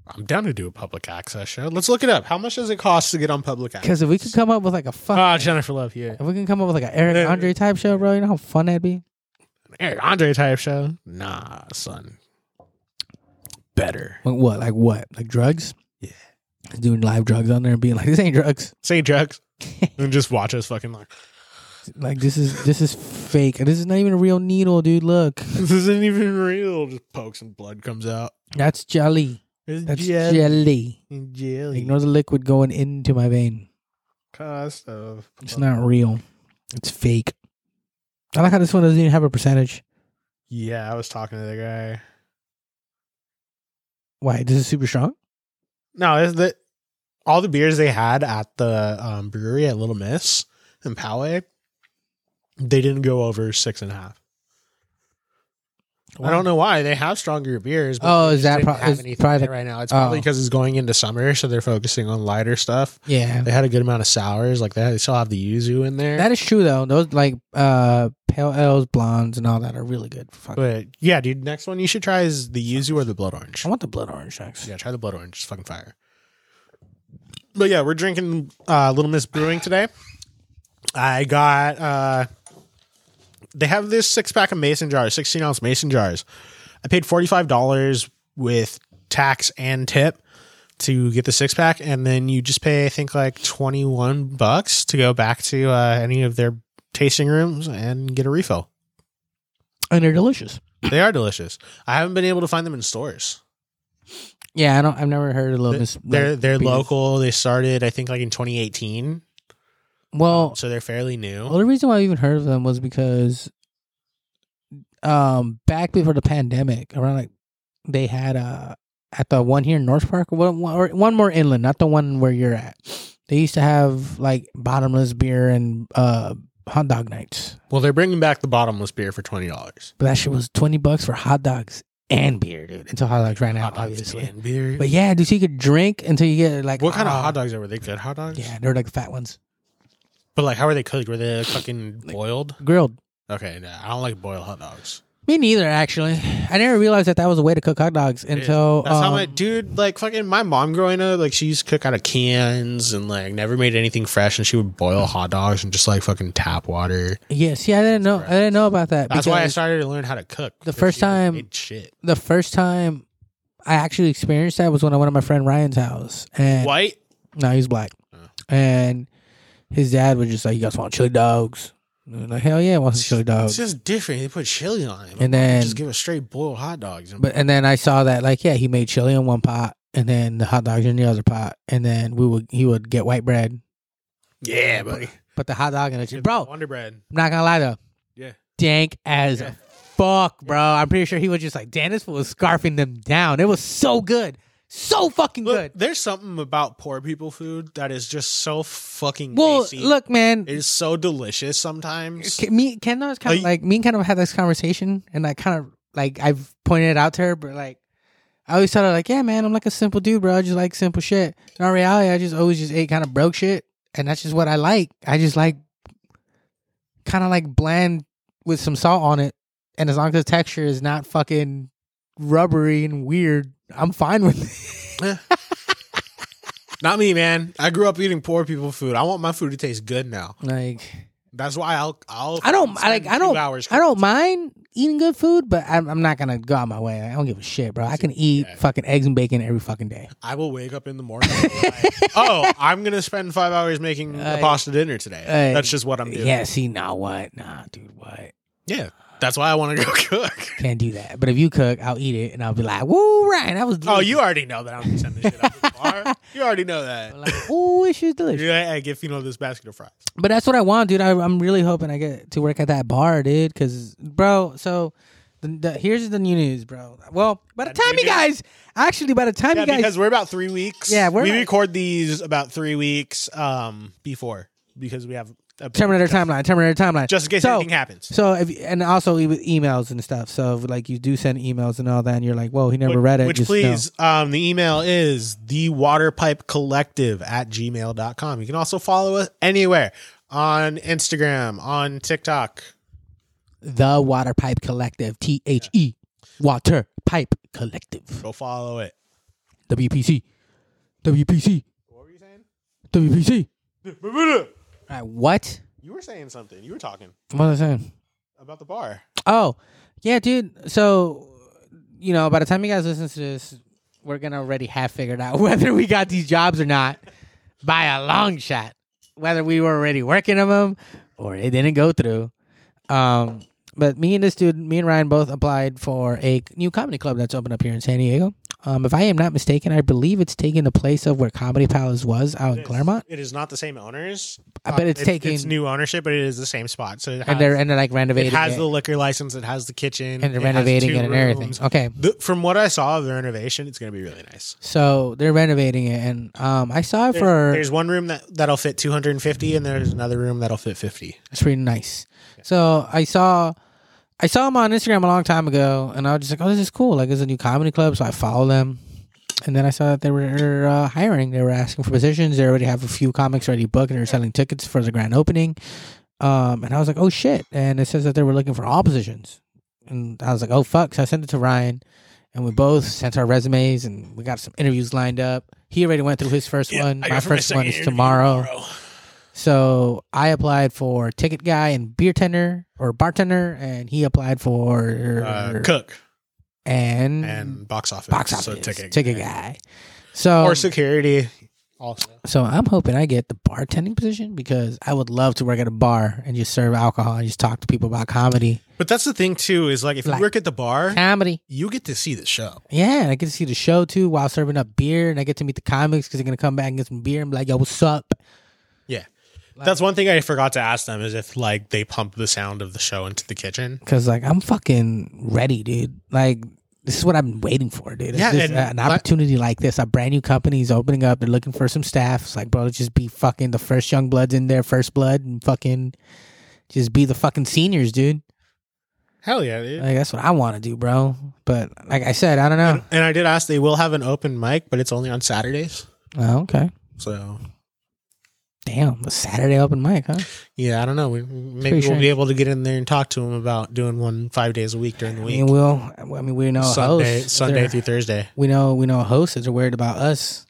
Speaker 1: I'm down to do a public access show. Let's look it up. How much does it cost to get on public access?
Speaker 2: Because if we could come up with like a fuck,
Speaker 1: Ah, Jennifer Love here.
Speaker 2: if we can come up with like an Eric
Speaker 1: Yeah.
Speaker 2: Andre type show, bro, you know how fun that'd be.
Speaker 1: Eric Andre type show. Nah, son. Better.
Speaker 2: Like what? Like what? Like drugs?
Speaker 1: Yeah.
Speaker 2: Doing live drugs on there and being like, this ain't drugs.
Speaker 1: Say drugs. and just watch us fucking like
Speaker 2: Like this is this is fake. This is not even a real needle, dude. Look,
Speaker 1: this isn't even real. Just pokes and blood comes out.
Speaker 2: that's jelly.
Speaker 1: It's
Speaker 2: That's
Speaker 1: jel-
Speaker 2: jelly.
Speaker 1: jelly.
Speaker 2: Ignore the liquid going into my vein.
Speaker 1: cost of
Speaker 2: It's not real. It's fake. I like how this one doesn't even have a percentage.
Speaker 1: Yeah, I was talking to the guy.
Speaker 2: Why? This is super strong.
Speaker 1: No, it's the all the beers they had at the um, brewery at Little Miss in Poway, they didn't go over six and a half. I don't know why they have stronger beers.
Speaker 2: Oh,
Speaker 1: they
Speaker 2: is
Speaker 1: just
Speaker 2: that
Speaker 1: didn't
Speaker 2: pro-
Speaker 1: have
Speaker 2: is
Speaker 1: anything
Speaker 2: probably
Speaker 1: there
Speaker 2: the-
Speaker 1: right now? It's
Speaker 2: oh.
Speaker 1: probably because it's going into summer, so they're focusing on lighter stuff.
Speaker 2: Yeah,
Speaker 1: They had a good amount of sours, like they, had, they still have the yuzu in there.
Speaker 2: that is true though. Those like uh pale ales, blondes, and all that are really good. Fuck.
Speaker 1: but yeah, dude, next one you should try is the yuzu or the blood orange.
Speaker 2: I want the blood orange next.
Speaker 1: Yeah, try the blood orange. It's fucking fire. But yeah, we're drinking uh, Little Miss Brewing today. I got uh, they have this six pack of mason jars, sixteen ounce mason jars. I paid forty five dollars with tax and tip to get the six pack, and then you just pay I think like twenty one bucks to go back to uh, any of their tasting rooms and get a refill.
Speaker 2: and they're delicious.
Speaker 1: They are delicious. I haven't been able to find them in stores.
Speaker 2: Yeah, I don't. I've never heard of Lotus.
Speaker 1: They're they're
Speaker 2: Beans.
Speaker 1: local. They started I think like in 2018,
Speaker 2: Well,
Speaker 1: so they're fairly
Speaker 2: well,
Speaker 1: new.
Speaker 2: the reason why I even heard of them was because, um, back before the pandemic, around like they had uh at the one here in North Park, one one- or one more inland, not the one where you're at. They used to have like bottomless beer and uh hot dog nights,
Speaker 1: Well, they're bringing back the bottomless beer for twenty dollars.
Speaker 2: but that shit was twenty bucks for hot dogs and beer, dude. Until hot dogs ran out, obviously.
Speaker 1: and beer.
Speaker 2: But yeah, dude, so you could drink until you get like
Speaker 1: what kind
Speaker 2: uh,
Speaker 1: of hot dogs are? Were they good hot dogs?
Speaker 2: Yeah, they're like fat ones,
Speaker 1: But like, how are they cooked? Were they fucking boiled?
Speaker 2: grilled.
Speaker 1: Okay, nah, I don't like boiled hot dogs.
Speaker 2: Me neither, actually. I never realized that that was a way to cook hot dogs until
Speaker 1: That's how
Speaker 2: um,
Speaker 1: my dude, like fucking my mom growing up, like she used to cook out of cans and like never made anything fresh, and she would boil hot dogs and just like fucking tap water.
Speaker 2: yeah. See, I didn't know. I didn't know about that.
Speaker 1: That's why I
Speaker 2: because
Speaker 1: started to learn how to cook.
Speaker 2: the
Speaker 1: because
Speaker 2: first
Speaker 1: she, like,
Speaker 2: time-
Speaker 1: made shit
Speaker 2: The first time I actually experienced that was when I went to my friend Ryan's house, and
Speaker 1: white.
Speaker 2: no, he's black,
Speaker 1: Uh.
Speaker 2: and his dad was just like, "You guys want chili dogs?" And I'm like, hell yeah, I want some chili
Speaker 1: It's
Speaker 2: dogs.
Speaker 1: just different. They put chili on it.
Speaker 2: And then,
Speaker 1: just give us straight boiled hot dogs.
Speaker 2: but and then I saw that like, yeah, he made chili in one pot, and then the hot dogs in the other pot, and then we would he would get white bread,
Speaker 1: yeah, buddy,
Speaker 2: put the hot dog in it, bro.
Speaker 1: Wonder Bread.
Speaker 2: I'm not gonna lie though.
Speaker 1: Yeah.
Speaker 2: Dank as
Speaker 1: Yeah.
Speaker 2: fuck, bro. I'm pretty sure he was just like, damn, this fool was scarfing them down. It was so good. So fucking
Speaker 1: Look,
Speaker 2: good.
Speaker 1: there's something about poor people food that is just so fucking.
Speaker 2: Well,
Speaker 1: tasty.
Speaker 2: look, man.
Speaker 1: it is so delicious sometimes.
Speaker 2: K- Me, Ken, was kind of
Speaker 1: Like-
Speaker 2: like me and kind of had this conversation, and I kind of like I've pointed it out to her, but like I always thought like, yeah, man, I'm like a simple dude, bro. I just like simple shit. In all reality, I just always just ate kind of broke shit, and that's just what I like. I just like kind of like bland with some salt on it, and as long as the texture is not fucking rubbery and weird, I'm fine with it.
Speaker 1: Not me, man. I grew up eating poor people food. I want my food to taste good now.
Speaker 2: like.
Speaker 1: That's why I'll. I'll
Speaker 2: I don't I
Speaker 1: spend
Speaker 2: like. I
Speaker 1: two
Speaker 2: don't.
Speaker 1: Hours
Speaker 2: I don't mind eating good food, but I'm, I'm not gonna go out my way. I don't give a shit, bro. I can eat
Speaker 1: Yeah.
Speaker 2: fucking eggs and bacon every fucking day.
Speaker 1: I will wake up in the morning. and be like, oh, I'm gonna spend five hours making a
Speaker 2: Uh,
Speaker 1: pasta dinner today.
Speaker 2: uh,
Speaker 1: That's just what I'm doing.
Speaker 2: Yeah. See, nah, what? Nah, dude, what?
Speaker 1: Yeah. That's why I want to go cook.
Speaker 2: Can't do that. But if you cook, I'll eat it, and I'll be like, "Woo, Ryan, that was."
Speaker 1: Oh,
Speaker 2: Delicious.
Speaker 1: you already know that I'm gonna send this shit up to the bar. You already know that.
Speaker 2: I'm like, oh, it's just delicious.
Speaker 1: You're uh, like, hey, give Fino this basket of fries.
Speaker 2: But that's what I want, dude. I, I'm really hoping I get to work at that bar, dude. Because, bro, so the, the, here's the new news, bro. Well, by the
Speaker 1: That
Speaker 2: time
Speaker 1: new
Speaker 2: you guys, actually, by the time
Speaker 1: Yeah,
Speaker 2: you guys,
Speaker 1: because we're about three weeks.
Speaker 2: Yeah, we're
Speaker 1: we
Speaker 2: like-
Speaker 1: record these about three weeks um before because we have a
Speaker 2: Terminator timeline, Terminator timeline.
Speaker 1: just in case
Speaker 2: So-
Speaker 1: anything happens.
Speaker 2: So if and also e- with emails and stuff. So if, like you do send emails and all that, and you're like, "Whoa, he never
Speaker 1: Which-
Speaker 2: read it."
Speaker 1: Which
Speaker 2: just
Speaker 1: please, um, the email is the waterpipe collective at gmail.com. You can also follow us anywhere on Instagram, on TikTok.
Speaker 2: know. the Water Pipe Collective, T H E, Water Pipe Collective,
Speaker 1: Go follow it.
Speaker 2: WPC, WPC,
Speaker 1: What were you saying?
Speaker 2: WPC. All right, what?
Speaker 1: You were saying something. You were talking
Speaker 2: What was I saying?
Speaker 1: about the bar.
Speaker 2: Oh, yeah, dude. So you know, by the time you guys listen to this, we're gonna already have figured out whether we got these jobs or not by a long shot. Whether we were already working on them or it didn't go through. Um, but me and this dude, me and Ryan, both applied for a new comedy club that's opened up here in San Diego. Um, if I am not mistaken, I believe it's taking the place of where Comedy Palace was out in Claremont,
Speaker 1: It is not the same owners.
Speaker 2: I bet it's
Speaker 1: it-
Speaker 2: taking-
Speaker 1: it's new ownership, but it is the same spot. So it has,
Speaker 2: and they're and they're like
Speaker 1: it
Speaker 2: renovating
Speaker 1: has
Speaker 2: it.
Speaker 1: the liquor license. It has the kitchen.
Speaker 2: and they're
Speaker 1: it has
Speaker 2: renovating
Speaker 1: two
Speaker 2: it and everything.
Speaker 1: rooms.
Speaker 2: Okay,
Speaker 1: The- from what I saw of the renovation, it's going to be really nice.
Speaker 2: so they're renovating it, and um, I saw it
Speaker 1: There's,
Speaker 2: for
Speaker 1: there's one room that, that'll fit 250, and there's another room that'll fit 50.
Speaker 2: It's pretty nice. So I saw I saw him on Instagram a long time ago, and I was just like, "Oh, this is cool! Like, it's a new comedy club." So I follow them, and then I saw that they were uh, hiring. They were asking for positions. They already have a few comics already booked, and they're selling tickets for the grand opening. Um, and I was like, "Oh shit!" And it says that they were looking for all positions, and I was like, "Oh fuck!" So I sent it to Ryan, and we both sent our resumes, and we got some interviews lined up. He already went through his first one. My first one is tomorrow. So I applied for ticket guy and beer tender or bartender, and he applied for
Speaker 1: Uh, cook.
Speaker 2: and,
Speaker 1: Uh, and box office.
Speaker 2: Mm. box office
Speaker 1: So ticket,
Speaker 2: ticket guy. So
Speaker 1: or security. Also,
Speaker 2: so I'm hoping I get the bartending position because I would love to work at a bar and just serve alcohol and just talk to people about comedy.
Speaker 1: but that's the thing too is like if
Speaker 2: Like-
Speaker 1: you work at the bar,
Speaker 2: Comedy.
Speaker 1: you get to see the show.
Speaker 2: Yeah, and I get to see the show too while serving up beer, and I get to meet the comics because they're gonna come back and get some beer and be like, "Yo, what's up?"
Speaker 1: Yeah. That's one thing I forgot to ask them is if like they pump the sound of the show into the kitchen.
Speaker 2: Because like I'm fucking ready, dude. Like this is what I've been waiting for, dude. It's
Speaker 1: Yeah,
Speaker 2: just
Speaker 1: and
Speaker 2: an
Speaker 1: like-
Speaker 2: opportunity like this. A brand new company is opening up. They're looking for some staff. It's like, bro, let's just be fucking the first young bloods in there, first blood, and fucking just be the fucking seniors, dude.
Speaker 1: Hell yeah, dude.
Speaker 2: Like that's what I want to do, bro. But like I said, I don't know.
Speaker 1: And I did ask they will have an open mic, but it's only on Saturdays.
Speaker 2: Oh, okay.
Speaker 1: So
Speaker 2: Damn, a Saturday open mic, huh?
Speaker 1: yeah, I don't know. We, maybe we'll
Speaker 2: pretty
Speaker 1: be
Speaker 2: strange.
Speaker 1: able to get in there and talk to them about doing one five days a week during the
Speaker 2: I
Speaker 1: week.
Speaker 2: mean, we'll. I mean, we know
Speaker 1: Sunday,
Speaker 2: hosts.
Speaker 1: Sunday
Speaker 2: They're-
Speaker 1: through Thursday.
Speaker 2: we know we know hosts that are worried about us.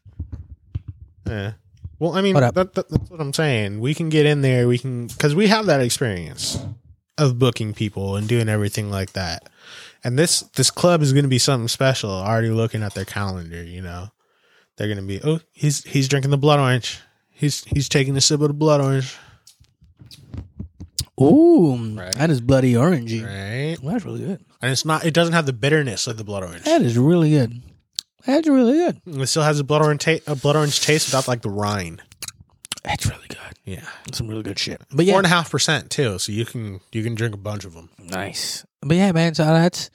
Speaker 1: Yeah. Well, I mean,
Speaker 2: What up?
Speaker 1: that, that, that's what I'm saying. We can get in there. We can because we have that experience of booking people and doing everything like that. And this this club is going to be something special. Already looking at their calendar, you know, they're going to be oh he's he's drinking the blood orange. He's he's taking a sip of the blood orange.
Speaker 2: Ooh,
Speaker 1: Right.
Speaker 2: that is bloody orangey.
Speaker 1: Right.
Speaker 2: Well, that's really good.
Speaker 1: And it's not it doesn't have the bitterness of the blood orange.
Speaker 2: That is really good. That's really good.
Speaker 1: It still has a blood orange ta- a blood orange taste without like the rind.
Speaker 2: That's really good.
Speaker 1: Yeah.
Speaker 2: Some really good shit. But yeah,
Speaker 1: Four and a half percent too, so you can you can drink a bunch of them.
Speaker 2: nice. But yeah, man. So that's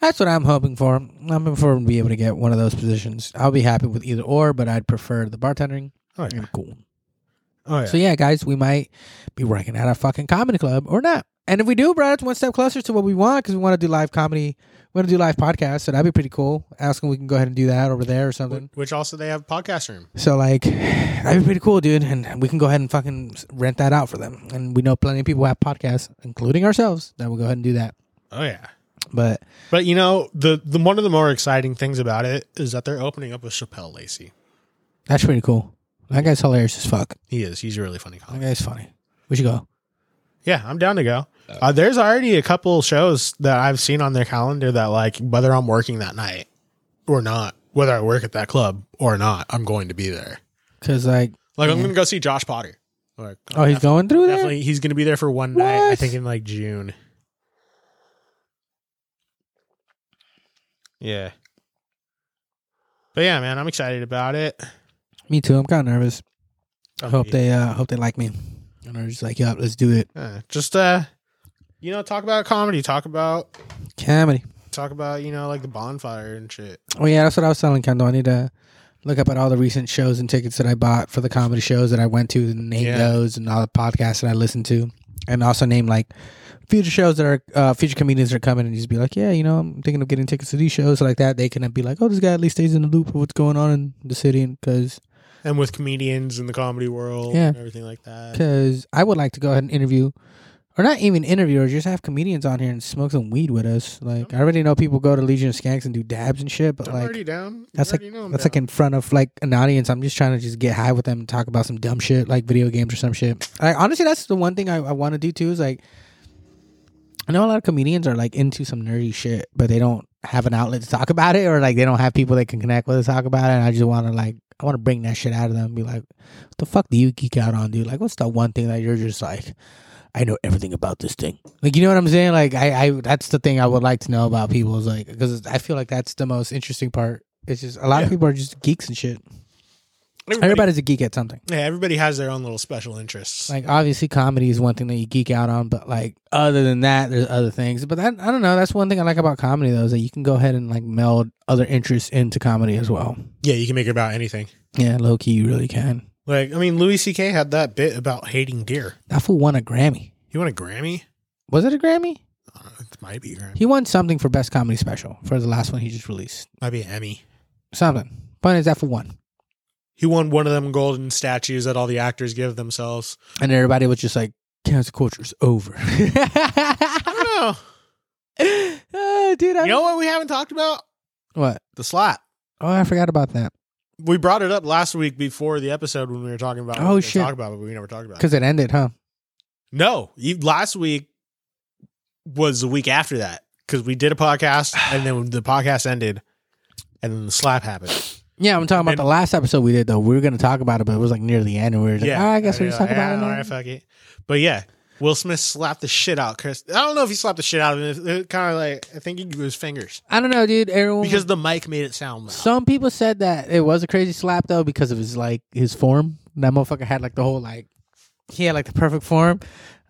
Speaker 2: that's what I'm hoping for. I'm hoping for to be able to get one of those positions. I'll be happy with either or, but I'd prefer the bartending.
Speaker 1: Oh yeah.
Speaker 2: And cool.
Speaker 1: Oh yeah.
Speaker 2: So yeah, guys, we might be working at a fucking comedy club or not. And if we do, bro, it's one step closer to what we want because we want to do live comedy. We want to do live podcasts, so that'd be pretty cool. Asking we can go ahead and do that over there or something.
Speaker 1: Which also they have podcast room.
Speaker 2: So like, that'd be pretty cool, dude. And we can go ahead and fucking rent that out for them. And we know plenty of people who have podcasts, including ourselves, that will go ahead and do that.
Speaker 1: Oh yeah.
Speaker 2: But
Speaker 1: But you know, the, the one of the more exciting things about it is that they're opening up with Chappelle Lacey.
Speaker 2: that's pretty cool. That guy's hilarious as fuck.
Speaker 1: He is. He's a really funny
Speaker 2: That
Speaker 1: comic.
Speaker 2: guy's funny. We should go.
Speaker 1: Yeah, I'm down to go. Uh, there's already a couple shows that I've seen on their calendar that like whether I'm working that night or not, whether I work at that club or not, I'm going to be there.
Speaker 2: Cause like,
Speaker 1: Like I'm
Speaker 2: Yeah.
Speaker 1: going to go see Josh Potter. Like,
Speaker 2: oh, he's
Speaker 1: definitely,
Speaker 2: going through there.
Speaker 1: definitely he's going to be there for one night. I
Speaker 2: What?
Speaker 1: think in like June. Yeah. But yeah, man, I'm excited about it.
Speaker 2: Me too. I'm kind of nervous.
Speaker 1: Um,
Speaker 2: hope
Speaker 1: yeah.
Speaker 2: they uh hope they like me and are just like yeah let's do it
Speaker 1: Yeah, just uh, you know, talk about comedy. Talk about
Speaker 2: comedy
Speaker 1: talk about you know like the bonfire and shit.
Speaker 2: oh yeah that's what i was telling kendo i need to look up at all the recent shows and tickets that i bought for the comedy shows that i went to and name
Speaker 1: Yeah.
Speaker 2: those and all the podcasts that i listened to and also name like future shows that are uh, future comedians that are coming and just be like yeah you know i'm thinking of getting tickets to these shows like that they can be like oh this guy at least stays in the loop of what's going on in the city because
Speaker 1: And with comedians in the comedy world
Speaker 2: Yeah.
Speaker 1: and everything like that.
Speaker 2: because I would like to go ahead and interview, or not even interview, or just have comedians on here and smoke some weed with us. Like I already know people go to Legion of Skanks and do dabs and shit, but
Speaker 1: I'm
Speaker 2: like
Speaker 1: already down. You
Speaker 2: that's like
Speaker 1: already know I'm
Speaker 2: that's like
Speaker 1: down.
Speaker 2: in front of like an audience. I'm just trying to just get high with them and talk about some dumb shit like video games or some shit. Like honestly, that's the one thing I, I want to do too is like I know a lot of comedians are like into some nerdy shit, but they don't have an outlet to talk about it, or like they don't have people that can connect with to talk about it. And I just want to like I want to bring that shit out of them and be like, what the fuck do you geek out on, dude? Like, what's the one thing that you're just like? I know everything about this thing. Like, you know what I'm saying? Like, I, I that's the thing I would like to know about people is like, because I feel like that's the most interesting part. It's just a lot
Speaker 1: Yeah. Mm.
Speaker 2: of people are just geeks and shit.
Speaker 1: everybody,
Speaker 2: Everybody's a geek at something.
Speaker 1: Yeah, everybody has their own little special interests.
Speaker 2: Like, obviously, comedy is one thing that you geek out on, but like, other than that, there's other things. But that, I don't know. That's one thing I like about comedy, though, is that you can go ahead and like meld other interests into comedy as well.
Speaker 1: yeah, you can make it about anything.
Speaker 2: Yeah, low key, you really can.
Speaker 1: Like I mean, Louis C.K. had that bit about hating deer.
Speaker 2: That fool won a Grammy.
Speaker 1: He won a Grammy.
Speaker 2: Was it a Grammy?
Speaker 1: I don't know, It might be a Grammy.
Speaker 2: He won something for best comedy special for the last one he just released.
Speaker 1: Might be an Emmy.
Speaker 2: Something. Point is that for one.
Speaker 1: He won one of them golden statues that all the actors give themselves.
Speaker 2: And everybody was just like, cancel culture's over.
Speaker 1: I don't know.
Speaker 2: Oh, dude, I
Speaker 1: You know what we haven't talked about?
Speaker 2: what?
Speaker 1: The slap.
Speaker 2: Oh, I forgot about that.
Speaker 1: we brought it up last week before the episode when we were talking about.
Speaker 2: Oh,
Speaker 1: we were gonna
Speaker 2: shit.
Speaker 1: Talk about it, but we never talked about it.
Speaker 2: Because it ended, huh?
Speaker 1: No, you, last week was the week after that because we did a podcast and then the podcast ended, and then the slap happened.
Speaker 2: Yeah, I'm talking about
Speaker 1: And-
Speaker 2: the last episode we did though. We were gonna talk about it, but it was like near the end, and we were like,
Speaker 1: Yeah,
Speaker 2: "Ah, I guess we
Speaker 1: And
Speaker 2: just
Speaker 1: you're
Speaker 2: talk about
Speaker 1: like,
Speaker 2: it.
Speaker 1: "Ah,
Speaker 2: now."
Speaker 1: All right, fuck it. But yeah, Will Smith slapped the shit out. Chris, I don't know if he slapped the shit out of him. It kind of like I think he used his fingers
Speaker 2: I don't know, dude. Everyone was-
Speaker 1: because the mic made it sound loud.
Speaker 2: Some people said that it was a crazy slap though because of his like his form. That motherfucker had like the whole like he had like the perfect form.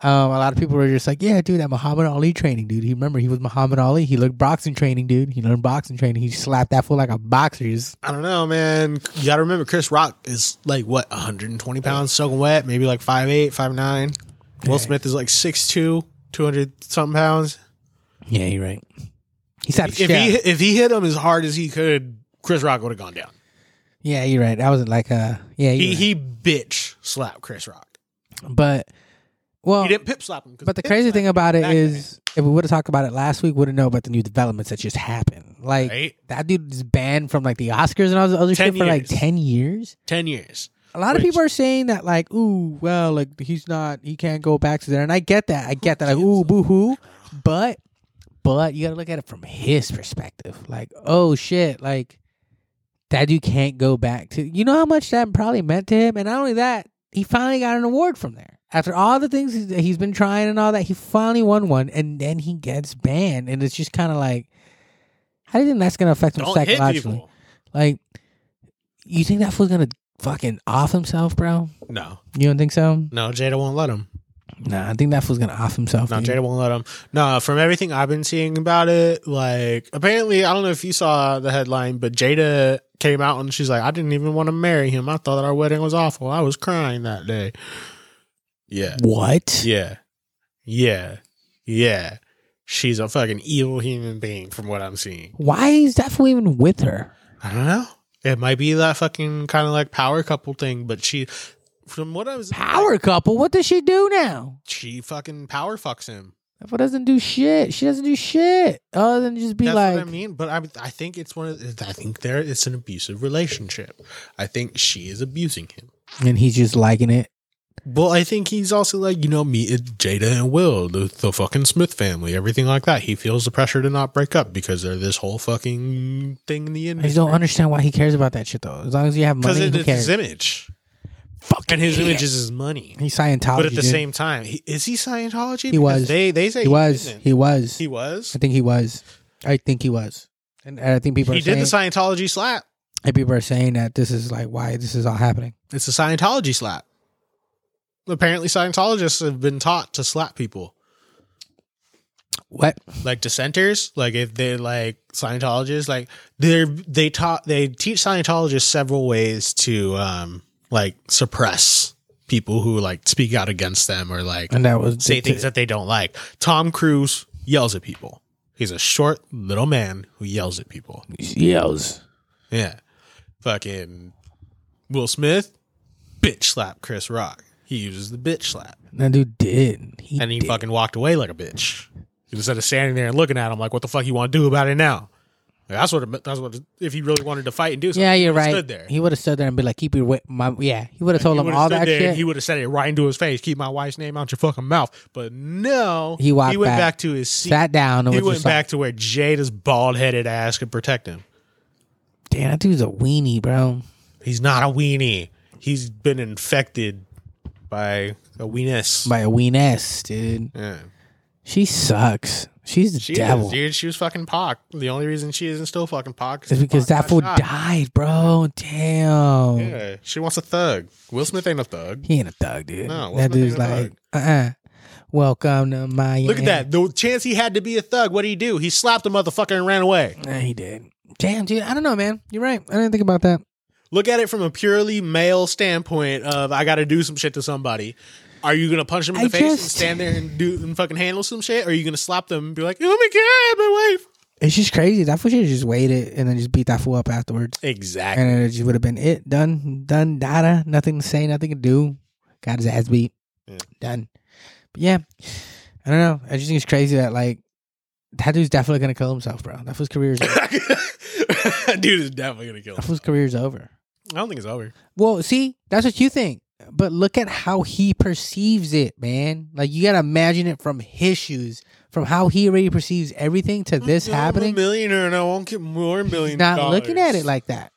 Speaker 2: Um, a lot of people were just like, "Yeah, dude, that Muhammad Ali training, dude. He remember he was Muhammad Ali. He looked boxing training, dude. He learned boxing training. He slapped that fool like a boxer. He just-
Speaker 1: I don't know, man. You got to remember, Chris Rock is like what 120 pounds, soaking wet, maybe like 5'8", 5'9". Will Smith is like 6'2", 200 something pounds.
Speaker 2: yeah, you're right. He slapped.
Speaker 1: If
Speaker 2: the shit out
Speaker 1: he
Speaker 2: of-
Speaker 1: if he hit him as hard as he could, Chris Rock would have gone down.
Speaker 2: yeah, you're right. That wasn't like a yeah. You're
Speaker 1: He
Speaker 2: right.
Speaker 1: he bitch slapped Chris Rock.
Speaker 2: but well,
Speaker 1: He didn't pip slap him. 'cause
Speaker 2: Oh. But the
Speaker 1: pip
Speaker 2: crazy
Speaker 1: slap
Speaker 2: thing about it
Speaker 1: back
Speaker 2: is, if we would have talked about it last week, wouldn't know about the new developments that just happened. Like
Speaker 1: Right.
Speaker 2: that dude is banned from like the Oscars and all this other
Speaker 1: 10
Speaker 2: shit for like
Speaker 1: years.
Speaker 2: ten years.
Speaker 1: ten years.
Speaker 2: A lot of
Speaker 1: Which-
Speaker 2: people are saying that like, ooh, well, like he's not, he can't go back to there, and I get that, I get that, like, ooh, boo hoo, but, but you got to look at it from his perspective. Like, oh shit, like that dude can't go back to. You know how much that probably meant to him, and not only that, he finally got an award from there. After all the things he's- that he's been trying and all that, he finally won one, and then he gets banned, and it's just kind of like, how do you think that's gonna affect him
Speaker 1: Don't hit
Speaker 2: psychologically?
Speaker 1: people.
Speaker 2: Like, you think that fool's gonna fucking off himself, bro?
Speaker 1: No,
Speaker 2: You don't think so?
Speaker 1: no, Jada won't let him.
Speaker 2: Nah, I think that fool's gonna off himself.
Speaker 1: No,
Speaker 2: dude.
Speaker 1: Jada won't let him. No, from everything I've been seeing about it, like apparently, I don't know if you saw the headline, but Jada came out and she's like, "I didn't even want to marry him. I thought our wedding was awful. I was crying that day." Yeah,
Speaker 2: What?
Speaker 1: yeah, yeah, yeah. She's a fucking evil human being, from what I'm seeing.
Speaker 2: Why is that fool even with her?
Speaker 1: I don't know. It might be that fucking kind of like power couple thing, but she, from what I was,
Speaker 2: Power couple. What does she do now?
Speaker 1: she fucking power fucks him.
Speaker 2: That fool doesn't do shit. She doesn't do shit other than just be
Speaker 1: That's
Speaker 2: like,
Speaker 1: what I mean. But I, I think it's one of. I think there it's an abusive relationship. I think she is abusing him.
Speaker 2: and he's just liking it.
Speaker 1: Well, I think he's also like you know me, it- Jada and Will, the, the fucking Smith family, everything like that. He feels the pressure to not break up because they're this whole fucking thing in the
Speaker 2: I
Speaker 1: end.
Speaker 2: just don't understand why he cares about that shit though. As long as you have
Speaker 1: Because
Speaker 2: money,
Speaker 1: it,
Speaker 2: who
Speaker 1: it's his
Speaker 2: cares?
Speaker 1: image,
Speaker 2: Fucking
Speaker 1: and his
Speaker 2: idiot.
Speaker 1: image is his money.
Speaker 2: He's Scientology.
Speaker 1: But at the
Speaker 2: dude.
Speaker 1: same time, he, is he Scientology?
Speaker 2: He was.
Speaker 1: They they say
Speaker 2: he was.
Speaker 1: isn't.
Speaker 2: He was.
Speaker 1: He was.
Speaker 2: I think he was. I think he was. And I think people
Speaker 1: He
Speaker 2: are saying
Speaker 1: did the Scientology slap.
Speaker 2: and people are saying that this is like why this is all happening.
Speaker 1: It's a Scientology slap. Apparently, Scientologists have been taught to slap people,
Speaker 2: What?
Speaker 1: like dissenters. Like if they're like Scientologists, like they're they taught they teach Scientologists several ways to um like suppress people who like speak out against them or like
Speaker 2: And that was
Speaker 1: say things that they don't like. Tom Cruise yells at people. He's a short little man who yells at people.
Speaker 2: yells.
Speaker 1: Yeah, fucking Will Smith, bitch slap Chris Rock. He uses the bitch slap.
Speaker 2: That dude did. He
Speaker 1: and he
Speaker 2: did.
Speaker 1: fucking walked away like a bitch instead of standing there and looking at him like, "What the fuck you want to do about it now?" Like, that's what. That's what. If he really wanted to fight and do something,
Speaker 2: Yeah, you're
Speaker 1: he would've
Speaker 2: right.
Speaker 1: Stood there.
Speaker 2: He would have stood there and be like, "Keep your wit, my yeah." He would have told
Speaker 1: He
Speaker 2: him
Speaker 1: would've
Speaker 2: all
Speaker 1: stood
Speaker 2: that
Speaker 1: there and
Speaker 2: shit.
Speaker 1: He would have said it right into his face. Keep my wife's name out your fucking mouth. But no,
Speaker 2: He walked
Speaker 1: went
Speaker 2: back,
Speaker 1: back, to his seat.
Speaker 2: Sat down. And
Speaker 1: he
Speaker 2: was
Speaker 1: went
Speaker 2: just
Speaker 1: back to where Jada's bald headed ass could protect him.
Speaker 2: Like, Damn, that dude's a weenie, bro.
Speaker 1: He's not a weenie. He's been infected by a weenus.
Speaker 2: By a ween ass, dude.
Speaker 1: yeah.
Speaker 2: She sucks. She's the
Speaker 1: She
Speaker 2: devil.
Speaker 1: is, dude. She was fucking Pac. The only reason she isn't still fucking Pac
Speaker 2: It's
Speaker 1: is
Speaker 2: because
Speaker 1: Pac
Speaker 2: that
Speaker 1: got
Speaker 2: fool
Speaker 1: shot.
Speaker 2: died, bro. Damn.
Speaker 1: Yeah, she wants a thug. Will Smith ain't a thug.
Speaker 2: He ain't a thug, dude.
Speaker 1: No, what's
Speaker 2: that
Speaker 1: my thing
Speaker 2: dude's
Speaker 1: about
Speaker 2: like, uh, uh welcome to my.
Speaker 1: Look at that. The chance he had to be a thug, what did he do? He slapped the motherfucker and ran away.
Speaker 2: Nah, Eh, he did. Damn, dude. I don't know, man. You're right. I didn't think about that.
Speaker 1: Look at it from a purely male standpoint of I got to do some shit to somebody. Are you gonna punch him in the
Speaker 2: I
Speaker 1: face and
Speaker 2: just-
Speaker 1: stand there and do and fucking handle some shit? Or are you gonna slap them and be like, "Oh my god, my wife"?
Speaker 2: It's just crazy. That fool should have just waited and then just beat that fool up afterwards.
Speaker 1: Exactly.
Speaker 2: And then it just would have been it. Done. Done. Data. Nothing to say. Nothing to do. Got his ass beat.
Speaker 1: Yeah.
Speaker 2: Done. But yeah. I don't know. I just think it's crazy that, like, that dude's definitely going to kill himself, bro. That fool's career's over.
Speaker 1: Dude is definitely gonna kill
Speaker 2: That
Speaker 1: him.
Speaker 2: fool's career's over.
Speaker 1: I don't think it's over.
Speaker 2: Well, see, that's what you think. But look at how he perceives it, man. Like you gotta imagine it from his shoes, from how he already perceives everything to this
Speaker 1: I'm
Speaker 2: happening,
Speaker 1: a millionaire and I won't get more
Speaker 2: he's
Speaker 1: Mm-hmm. million.
Speaker 2: not
Speaker 1: dollars.
Speaker 2: looking at it like that.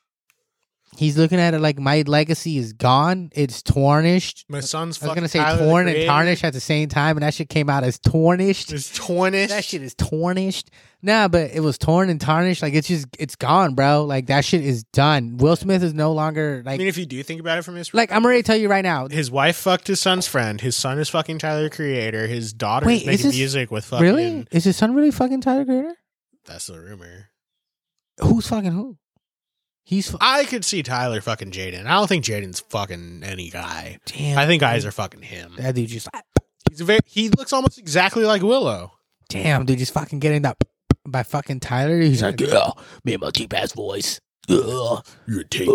Speaker 2: He's looking at it like my legacy is gone. It's tarnished.
Speaker 1: my son's.
Speaker 2: I was
Speaker 1: fucking
Speaker 2: gonna say
Speaker 1: Tyler, the
Speaker 2: torn and
Speaker 1: Creator.
Speaker 2: tarnished at the same time, and that shit came out as tarnished.
Speaker 1: It's tornish.
Speaker 2: That shit is tarnished. Nah, but it was torn and tarnished. Like it's just it's gone, bro. Like that shit is done. Will Smith is no longer
Speaker 1: I
Speaker 2: like
Speaker 1: mean, if you do think about it from his
Speaker 2: like I'm ready to tell you right now.
Speaker 1: his wife fucked his son's friend. His son is fucking Tyler the Creator. His daughter
Speaker 2: Wait,
Speaker 1: is
Speaker 2: is
Speaker 1: making
Speaker 2: this
Speaker 1: music with fucking.
Speaker 2: Really? Is his son really fucking Tyler Creator?
Speaker 1: That's the rumor.
Speaker 2: Who's fucking who? He's fu-
Speaker 1: I could see Tyler fucking Jaden. I don't think Jaden's fucking any guy.
Speaker 2: damn.
Speaker 1: I think guys are fucking him.
Speaker 2: that dude just like
Speaker 1: He's very, he looks almost exactly like Willow.
Speaker 2: damn dude just fucking getting that by fucking Tyler. He's like yeah, me and my cheap ass voice. Yeah,
Speaker 1: You're taking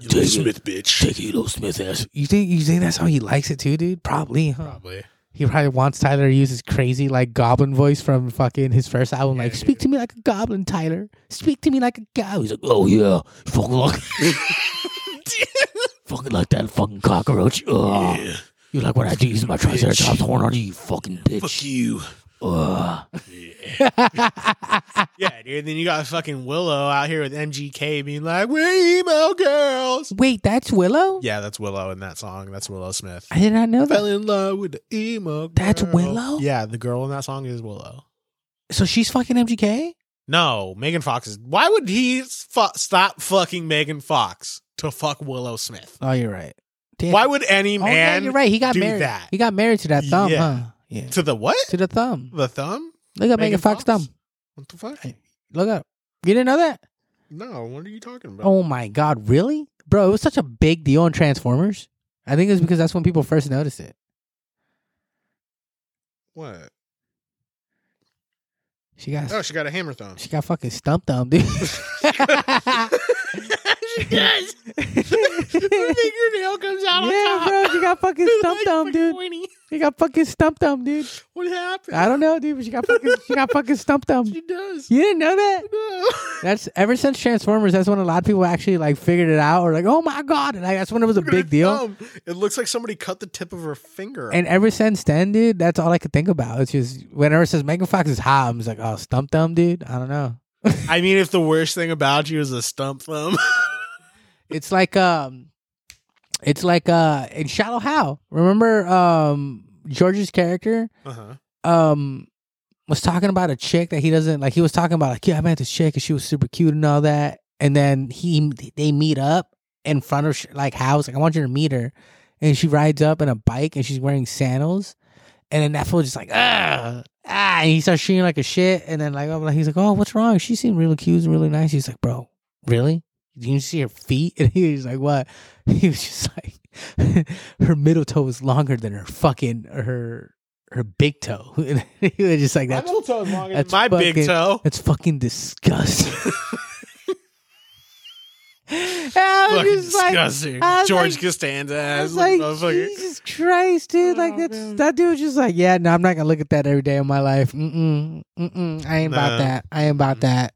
Speaker 2: yeah, take it,
Speaker 1: bitch.
Speaker 2: take it, you little Smith ass. You think you think that's how he likes it too, dude? Probably, huh?
Speaker 1: Probably.
Speaker 2: He probably wants Tyler to use his crazy like goblin voice from fucking his first album, like
Speaker 1: Yeah,
Speaker 2: "Speak to me like a goblin, Tyler. Speak to me like a goblin." He's like, "Oh yeah, fucking like, fucking like that fucking cockroach. Ugh.
Speaker 1: Yeah.
Speaker 2: You like what I do? Use my triceratops horn on you, you fucking
Speaker 1: Fuck
Speaker 2: bitch."
Speaker 1: you.
Speaker 2: Ugh.
Speaker 1: Yeah, dude. Then you got fucking Willow out here with MGK being like, "We're emo girls."
Speaker 2: Wait, that's Willow.
Speaker 1: Yeah, that's Willow in that song. That's Willow Smith.
Speaker 2: I did not know
Speaker 1: fell
Speaker 2: that.
Speaker 1: in love with the emo. Girl.
Speaker 2: That's Willow?
Speaker 1: Yeah, the girl in that song is Willow.
Speaker 2: So she's fucking MGK.
Speaker 1: No, Megan Fox is. Why would he fu- stop fucking Megan Fox to fuck Willow Smith?
Speaker 2: Oh, you're right. Damn.
Speaker 1: Why would any
Speaker 2: Oh, yeah,
Speaker 1: man
Speaker 2: you're right. He got
Speaker 1: do
Speaker 2: married.
Speaker 1: that?
Speaker 2: He got married to that thumb,
Speaker 1: Yeah.
Speaker 2: huh? Yeah.
Speaker 1: to the what?
Speaker 2: To the thumb.
Speaker 1: The thumb?
Speaker 2: Look at Megan Fox thumb.
Speaker 1: What the fuck?
Speaker 2: Look up. You didn't know that?
Speaker 1: No, what are you talking about?
Speaker 2: Oh my god, really? Bro, it was such a big deal in Transformers. I think it's because that's when people first noticed it.
Speaker 1: What?
Speaker 2: She got
Speaker 1: Oh, she got a hammer thumb.
Speaker 2: she got fucking stump thumb, dude.
Speaker 1: she does. the fingernail comes out on
Speaker 2: yeah,
Speaker 1: top.
Speaker 2: bro, she got fucking
Speaker 1: It's
Speaker 2: stump
Speaker 1: like
Speaker 2: thumb,
Speaker 1: fucking
Speaker 2: dude.
Speaker 1: pointy.
Speaker 2: She got fucking stump thumb, dude.
Speaker 1: What happened?
Speaker 2: I don't know, dude, but she got fucking she got fucking stump thumb.
Speaker 1: she does.
Speaker 2: You didn't know that?
Speaker 1: No.
Speaker 2: Um, That's ever since Transformers. That's when a lot of people actually like figured it out, or like, oh my god, and like, that's when it was a big deal.
Speaker 1: Thumb. It looks like somebody cut the tip of her finger. off.
Speaker 2: And ever since then, dude, that's all I could think about. It's just whenever it says Megan Fox is hot, I'm just like, oh, stump thumb, dude. I don't know.
Speaker 1: I mean, if the worst thing about you is a stump thumb,
Speaker 2: It's like um, it's like uh, in Shallow How. Remember um, George's character
Speaker 1: uh-huh.
Speaker 2: um was talking about a chick that he doesn't like. He was talking about like, yeah, I met this chick and she was super cute and all that. And then he they meet up in front of sh- like house. Like I want you to meet her, and she rides up in a bike and she's wearing sandals. And then that fool just like ah ah, and he starts shooting like a shit. And then like I'm like he's like, oh, what's wrong? She seemed really cute and really nice. He's like, bro, really? Did you see her feet? And he was like, what? He was just like, her middle toe was longer than her fucking her her big toe. And he was just like,
Speaker 1: my
Speaker 2: that's
Speaker 1: little toe is longer than
Speaker 2: that's
Speaker 1: my big
Speaker 2: fucking-
Speaker 1: toe.
Speaker 2: that's fucking disgusting. And I was
Speaker 1: Fucking
Speaker 2: just like,
Speaker 1: disgusting.
Speaker 2: I was
Speaker 1: George
Speaker 2: like-
Speaker 1: Costanza
Speaker 2: I
Speaker 1: ass
Speaker 2: was like,
Speaker 1: motherfucker.
Speaker 2: Jesus Christ, dude! Like
Speaker 1: Oh,
Speaker 2: that's
Speaker 1: man.
Speaker 2: that dude was just like, yeah, no, I'm not gonna look at that every day of my life. Mm-mm, mm-mm. I ain't
Speaker 1: Nah.
Speaker 2: about that. I ain't about that.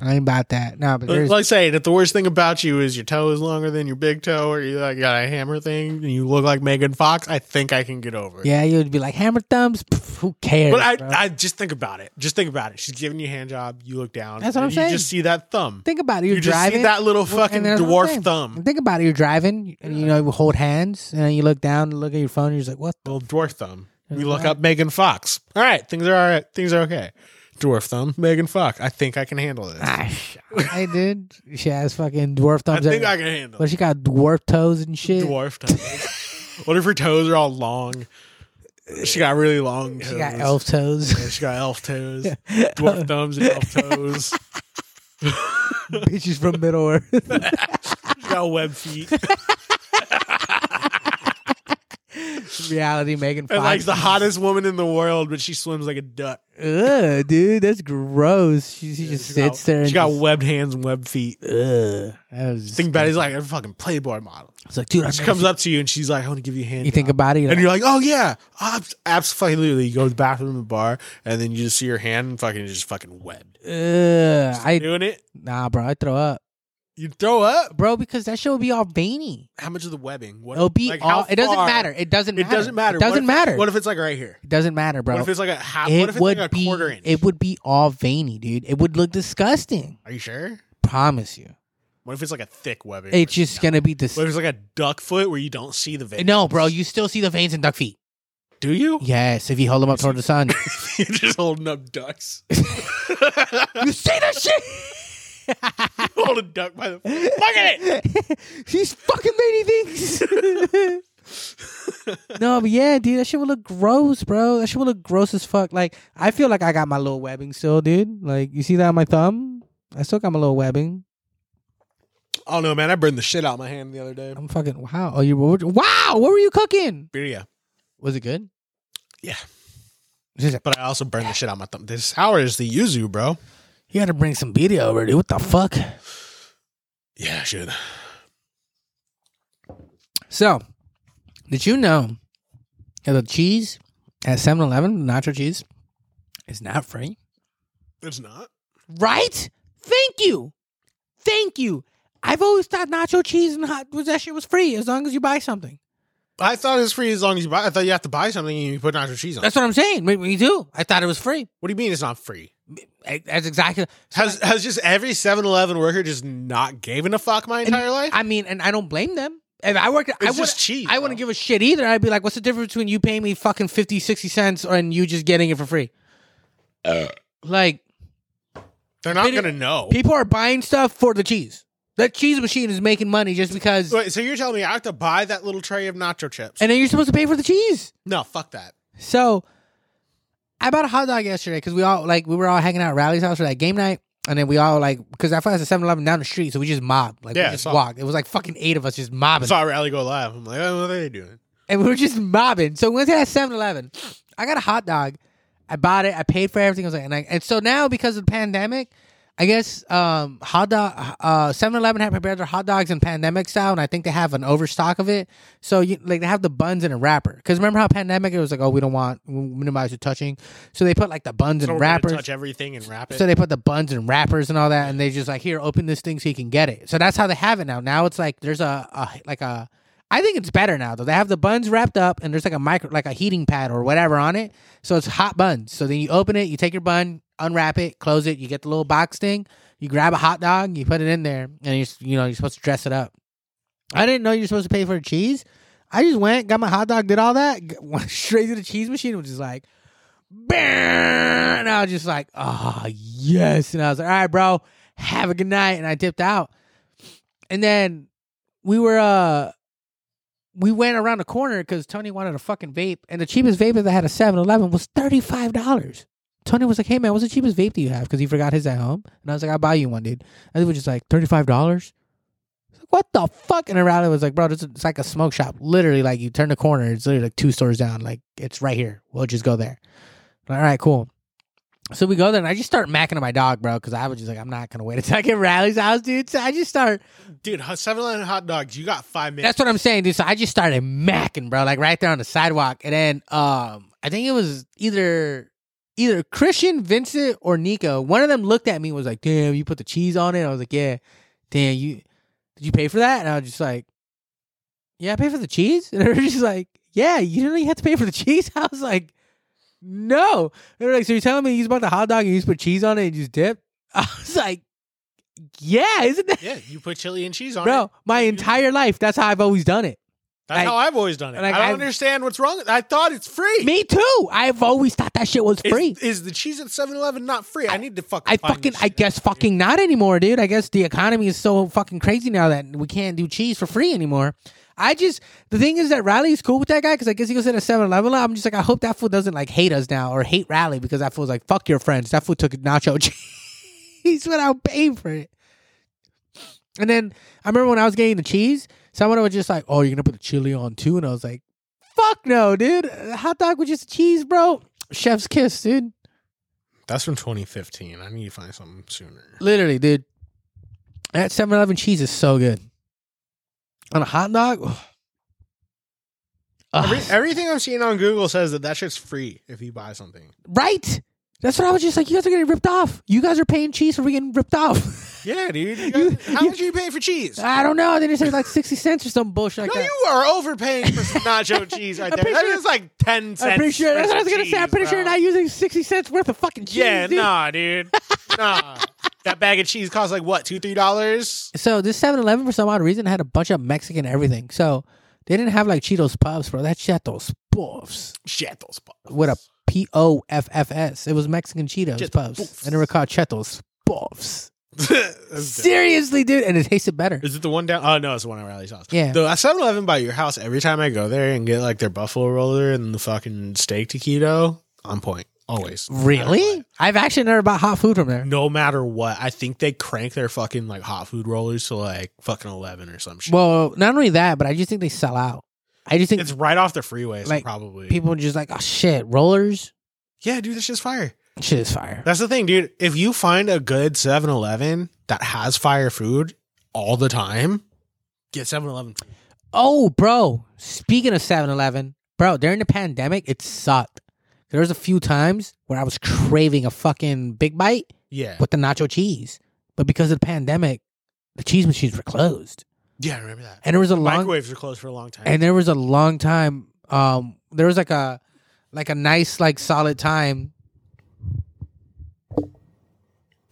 Speaker 2: I ain't about that. No, but
Speaker 1: Like
Speaker 2: there's
Speaker 1: like I say, if the worst thing about you is your toe is longer than your big toe, or you like got a hammer thing, and you look like Megan Fox, I think I can get over it.
Speaker 2: yeah, you would be like hammer thumbs. Pff, who cares?
Speaker 1: But I,
Speaker 2: bro?
Speaker 1: I just think about it. Just think about it. She's giving you a hand job. You look down.
Speaker 2: That's
Speaker 1: and
Speaker 2: what I'm
Speaker 1: you
Speaker 2: saying.
Speaker 1: just see that thumb.
Speaker 2: think about it. You're
Speaker 1: You just
Speaker 2: driving
Speaker 1: see that little
Speaker 2: Well, and
Speaker 1: fucking
Speaker 2: that's what I'm saying.
Speaker 1: dwarf thumb.
Speaker 2: Think about it. You're driving, and you know, you hold hands, and then you look down, look at your phone, and you're just like, what?
Speaker 1: Little dwarf thumb. We
Speaker 2: There's
Speaker 1: look
Speaker 2: that.
Speaker 1: up Megan Fox. All right, things are all right. Things are okay. Dwarf thumb, Megan Fox. I think I can handle this.
Speaker 2: Ah,
Speaker 1: I
Speaker 2: I did. She has fucking dwarf thumbs.
Speaker 1: think
Speaker 2: everywhere.
Speaker 1: I can handle
Speaker 2: But she got dwarf toes and
Speaker 1: it.
Speaker 2: shit.
Speaker 1: Dwarf thumb. what if her toes are all long? She got really long toes.
Speaker 2: She got elf toes.
Speaker 1: Yeah, she got elf toes. Dwarf thumbs and elf toes.
Speaker 2: Bitches from Middle Earth.
Speaker 1: She got web feet.
Speaker 2: Reality Megan Fox.
Speaker 1: And like the hottest woman in the world, but she swims like a duck.
Speaker 2: Ugh, dude, that's gross. She, she just
Speaker 1: She got-
Speaker 2: sits there. And
Speaker 1: She got
Speaker 2: just,
Speaker 1: webbed hands and webbed feet.
Speaker 2: Ugh. That was
Speaker 1: Think about it. He's like a fucking Playboy model.
Speaker 2: It's like, dude, I
Speaker 1: She
Speaker 2: never-
Speaker 1: comes up to you and she's like, "I want to give you a hand."
Speaker 2: You think
Speaker 1: job.
Speaker 2: about it. You're
Speaker 1: and
Speaker 2: like,
Speaker 1: you're like, "Oh yeah, abs- absolutely." You go to the bathroom, the bar, and then you just see her hand and fucking just fucking webbed.
Speaker 2: Ugh, I
Speaker 1: Doing it.
Speaker 2: nah, bro, I throw up.
Speaker 1: You throw up?
Speaker 2: bro, because that shit will be all veiny.
Speaker 1: How much of the webbing? What,
Speaker 2: It'll be
Speaker 1: like, how
Speaker 2: all. It doesn't
Speaker 1: far?
Speaker 2: matter. It doesn't.
Speaker 1: It
Speaker 2: matter.
Speaker 1: doesn't matter.
Speaker 2: It doesn't
Speaker 1: What if-
Speaker 2: matter.
Speaker 1: What if it's like right here?
Speaker 2: it doesn't matter, bro.
Speaker 1: What if it's like a half?
Speaker 2: it
Speaker 1: what if it's
Speaker 2: would
Speaker 1: like a
Speaker 2: be.
Speaker 1: quarter inch?
Speaker 2: It would be all veiny, dude. It would look disgusting.
Speaker 1: Are you sure?
Speaker 2: Promise you.
Speaker 1: What if it's like a thick webbing?
Speaker 2: It's just gonna be
Speaker 1: What
Speaker 2: disgusting.
Speaker 1: if it's like a duck foot where you don't see the veins?
Speaker 2: No, bro. You still see the veins in duck feet.
Speaker 1: Do you?
Speaker 2: Yes, if you hold them up toward the sun.
Speaker 1: You're just holding up ducks.
Speaker 2: you see that shit?
Speaker 1: Hold a duck by the. Look at it.
Speaker 2: it! He's fucking many things. no, but yeah, dude, that shit would look gross, bro. That shit would look gross as fuck. Like, I feel like I got my little webbing still, dude. Like, you see that on my thumb? I still got my little webbing.
Speaker 1: Oh no, man! I burned the shit out of my hand the other day.
Speaker 2: I'm fucking wow. Oh, you were wow. What were you cooking?
Speaker 1: Birria.
Speaker 2: Was it good?
Speaker 1: Yeah.
Speaker 2: She said,
Speaker 1: But I also burned the shit out of my thumb. This how is the yuzu, bro?
Speaker 2: you got to bring some video already. What the fuck?
Speaker 1: Yeah, I should.
Speaker 2: So, did you know that the cheese at 7-Eleven, nacho cheese, is not free?
Speaker 1: It's not.
Speaker 2: Right? Thank you. Thank you. I've always thought nacho cheese and hot was that shit was free as long as you buy something.
Speaker 1: I thought it was free as long as you buy. I thought you have to buy something and you put nacho cheese on. it.
Speaker 2: That's what I'm saying. Me, me too. I thought it was free.
Speaker 1: what do you mean it's not free?
Speaker 2: I- That's exactly.
Speaker 1: Has has just every 7-Eleven worker just not given a fuck my entire life?
Speaker 2: I mean, and I don't blame them. If I worked, I
Speaker 1: it's
Speaker 2: would.
Speaker 1: just cheap.
Speaker 2: I wouldn't give a shit either. I'd be like, what's the difference between you paying me fucking 50, 60 cents or and you just getting it for free? like,
Speaker 1: They're not
Speaker 2: They didn't-
Speaker 1: gonna know.
Speaker 2: people are buying stuff for the cheese. The cheese machine is making money just because.
Speaker 1: Wait, so you're telling me I have to buy that little tray of nacho chips?
Speaker 2: And then you're supposed to pay for the cheese.
Speaker 1: no, fuck that.
Speaker 2: So I bought a hot dog yesterday because we all like we were all hanging out at Riley's house for that game night, and then we all like because I found a 7-Eleven down the street, so we just mobbed, like
Speaker 1: Yeah,
Speaker 2: we just
Speaker 1: I saw.
Speaker 2: walked. It was like fucking eight of us just mobbing,
Speaker 1: I saw Rally go live. I'm like, oh, what are they doing?
Speaker 2: and we were just mobbing. So we went to that 7-Eleven. I got a hot dog. I bought it. I paid for everything. I was like, and, I, and so now because of the pandemic, I guess um, hot dog uh, 7-Eleven had prepared their hot dogs in pandemic style, and I think they have an overstock of it. So you like they have the buns in a wrapper. Because remember how pandemic it was like, oh, we don't want we minimize the touching, so they put like the buns
Speaker 1: So
Speaker 2: in
Speaker 1: we're gonna
Speaker 2: wrappers.
Speaker 1: touch everything and wrap it.
Speaker 2: So they put the buns and wrappers and all that, and they just like here, open this thing so you can get it. So that's how they have it now. Now it's like there's a, a like a, I think it's better now though. They have the buns wrapped up, and there's like a micro like a heating pad or whatever on it. So it's hot buns. So then you open it, you take your bun, unwrap it, close it, you get the little box thing, you grab a hot dog, you put it in there, and you you know you're supposed to dress it up. I didn't know you're supposed to pay for the cheese. I just went, got my hot dog, did all that, g- went straight to the cheese machine, which is like, "Bah!" and I was just like, oh, yes. And I was like, all right, bro, have a good night. And I dipped out. And then we were, uh, we went around the corner because Tony wanted a fucking vape. And the cheapest vape that I had a 7 Eleven was $35. Tony was like, hey, man, what's the cheapest vape do you have? Because he forgot his at home. And I was like, I'll buy you one, dude. And he was just like, $35 what the fuck? And Riley was like, bro, this is, it's like a smoke shop. Literally, like you turn the corner, it's literally like two stores down. Like it's right here. We'll just go there. I'm like, All right, cool. So we go there, and I just start macking at my dog, bro, because I was just like, I'm not gonna wait until I get Riley's house, dude. So I just start.
Speaker 1: Dude, 7-Eleven hot dogs. You got five minutes.
Speaker 2: That's what I'm saying, dude. So I just started macking, bro, like right there on the sidewalk. And then um I think it was either either Christian, Vincent, or Nico. One of them looked at me and was like, Damn, you put the cheese on it. I was like, Yeah, damn, you did you pay for that? And I was just like, Yeah, I paid for the cheese. And they were just like, Yeah, you didn't really have to pay for the cheese. I was like, No. They were like, So you're telling me you just bought the hot dog and you just put cheese on it and you just dip? I was like, Yeah, isn't that
Speaker 1: yeah, you put chili and cheese on it.
Speaker 2: Bro, my
Speaker 1: You-
Speaker 2: entire life, that's how I've always done it.
Speaker 1: That's
Speaker 2: like-
Speaker 1: how I've always done it.
Speaker 2: like,
Speaker 1: I don't
Speaker 2: I've-
Speaker 1: understand what's wrong. I thought it's free.
Speaker 2: Me too. I've always thought that shit was
Speaker 1: Is-
Speaker 2: free.
Speaker 1: Is, the cheese at 7-Eleven not free? I, need to fucking.
Speaker 2: I
Speaker 1: find
Speaker 2: fucking,
Speaker 1: this
Speaker 2: I
Speaker 1: shit.
Speaker 2: guess fucking not anymore, dude. I guess the economy is so fucking crazy now that we can't do cheese for free anymore. I just, the thing is that Riley's cool with that guy because I guess he goes in a 7 Eleven. I'm just like, I hope that fool doesn't like hate us now or hate Riley because that fool's like, fuck your friends. That fool took nacho cheese without paying for it. And then I remember when I was getting the cheese, someone was just like, oh, you're going to put the chili on too? And I was like, fuck no, dude. A Hot dog with just cheese, bro. Chef's kiss, dude.
Speaker 1: That's from 2015. I need to find something sooner.
Speaker 2: Literally, dude. That 7 Eleven cheese is so good. On a hot dog? ugh. Ugh.
Speaker 1: Every- everything I'm seeing on Google says that that shit's free if you buy something.
Speaker 2: right? That's what I was just like. You guys are getting ripped off. You guys are paying cheese for getting ripped off.
Speaker 1: Yeah, dude. You
Speaker 2: You-
Speaker 1: got- how
Speaker 2: you-
Speaker 1: much are you paying for cheese?
Speaker 2: I don't know. They just said like sixty cents or some bullshit like
Speaker 1: No,
Speaker 2: that.
Speaker 1: you are overpaying for some nacho cheese right there.
Speaker 2: pretty
Speaker 1: That
Speaker 2: sure-
Speaker 1: is like ten cents.
Speaker 2: I'm pretty sure.
Speaker 1: for
Speaker 2: That's what I was
Speaker 1: some
Speaker 2: gonna say. I'm
Speaker 1: cheese,
Speaker 2: pretty sure
Speaker 1: bro.
Speaker 2: you're not using sixty cents worth of fucking cheese.
Speaker 1: Yeah,
Speaker 2: dude.
Speaker 1: nah, dude. nah. That bag of cheese costs like what, two, three dollars?
Speaker 2: So this 7-Eleven for some odd reason had a bunch of Mexican everything. So they didn't have like Cheetos puffs, bro. That shit had those puffs
Speaker 1: Chetos. puffs.
Speaker 2: with a P O F F S. It was Mexican Cheetos
Speaker 1: Cheetos
Speaker 2: puffs,
Speaker 1: puffs.
Speaker 2: and they were called Cheetos puffs.
Speaker 1: That's dope.
Speaker 2: Seriously, dude, and it tasted better.
Speaker 1: Is it the one down? Oh no, it's the one at Riley's house.
Speaker 2: Yeah.
Speaker 1: Though at 7-Eleven by your house, every time I go there and get like their buffalo roller and the fucking steak taquito, on point. Always.
Speaker 2: Really? I've actually never bought hot food from there.
Speaker 1: No matter what, I think they crank their fucking like hot food rollers to like fucking eleven or some shit.
Speaker 2: Well, not only that, but I just think they sell out. I just think
Speaker 1: Mm. it's right off the freeway, so
Speaker 2: Like,
Speaker 1: probably.
Speaker 2: people just like, oh shit, rollers,
Speaker 1: yeah, dude, this shit's fire.
Speaker 2: shit is fire.
Speaker 1: That's the thing, dude. If you find a good 7-Eleven that has fire food all the time, get 7-Eleven. food.
Speaker 2: Oh, bro. Speaking of 7 Eleven, bro, during the pandemic, it sucked. There was a few times where I was craving a fucking big bite
Speaker 1: Yeah,
Speaker 2: with the nacho cheese. But because of the pandemic, the cheese machines were closed.
Speaker 1: yeah, I remember that.
Speaker 2: And there was a long
Speaker 1: Microwaves were closed for a long time.
Speaker 2: and there was a long time um there was like a like a nice like solid time.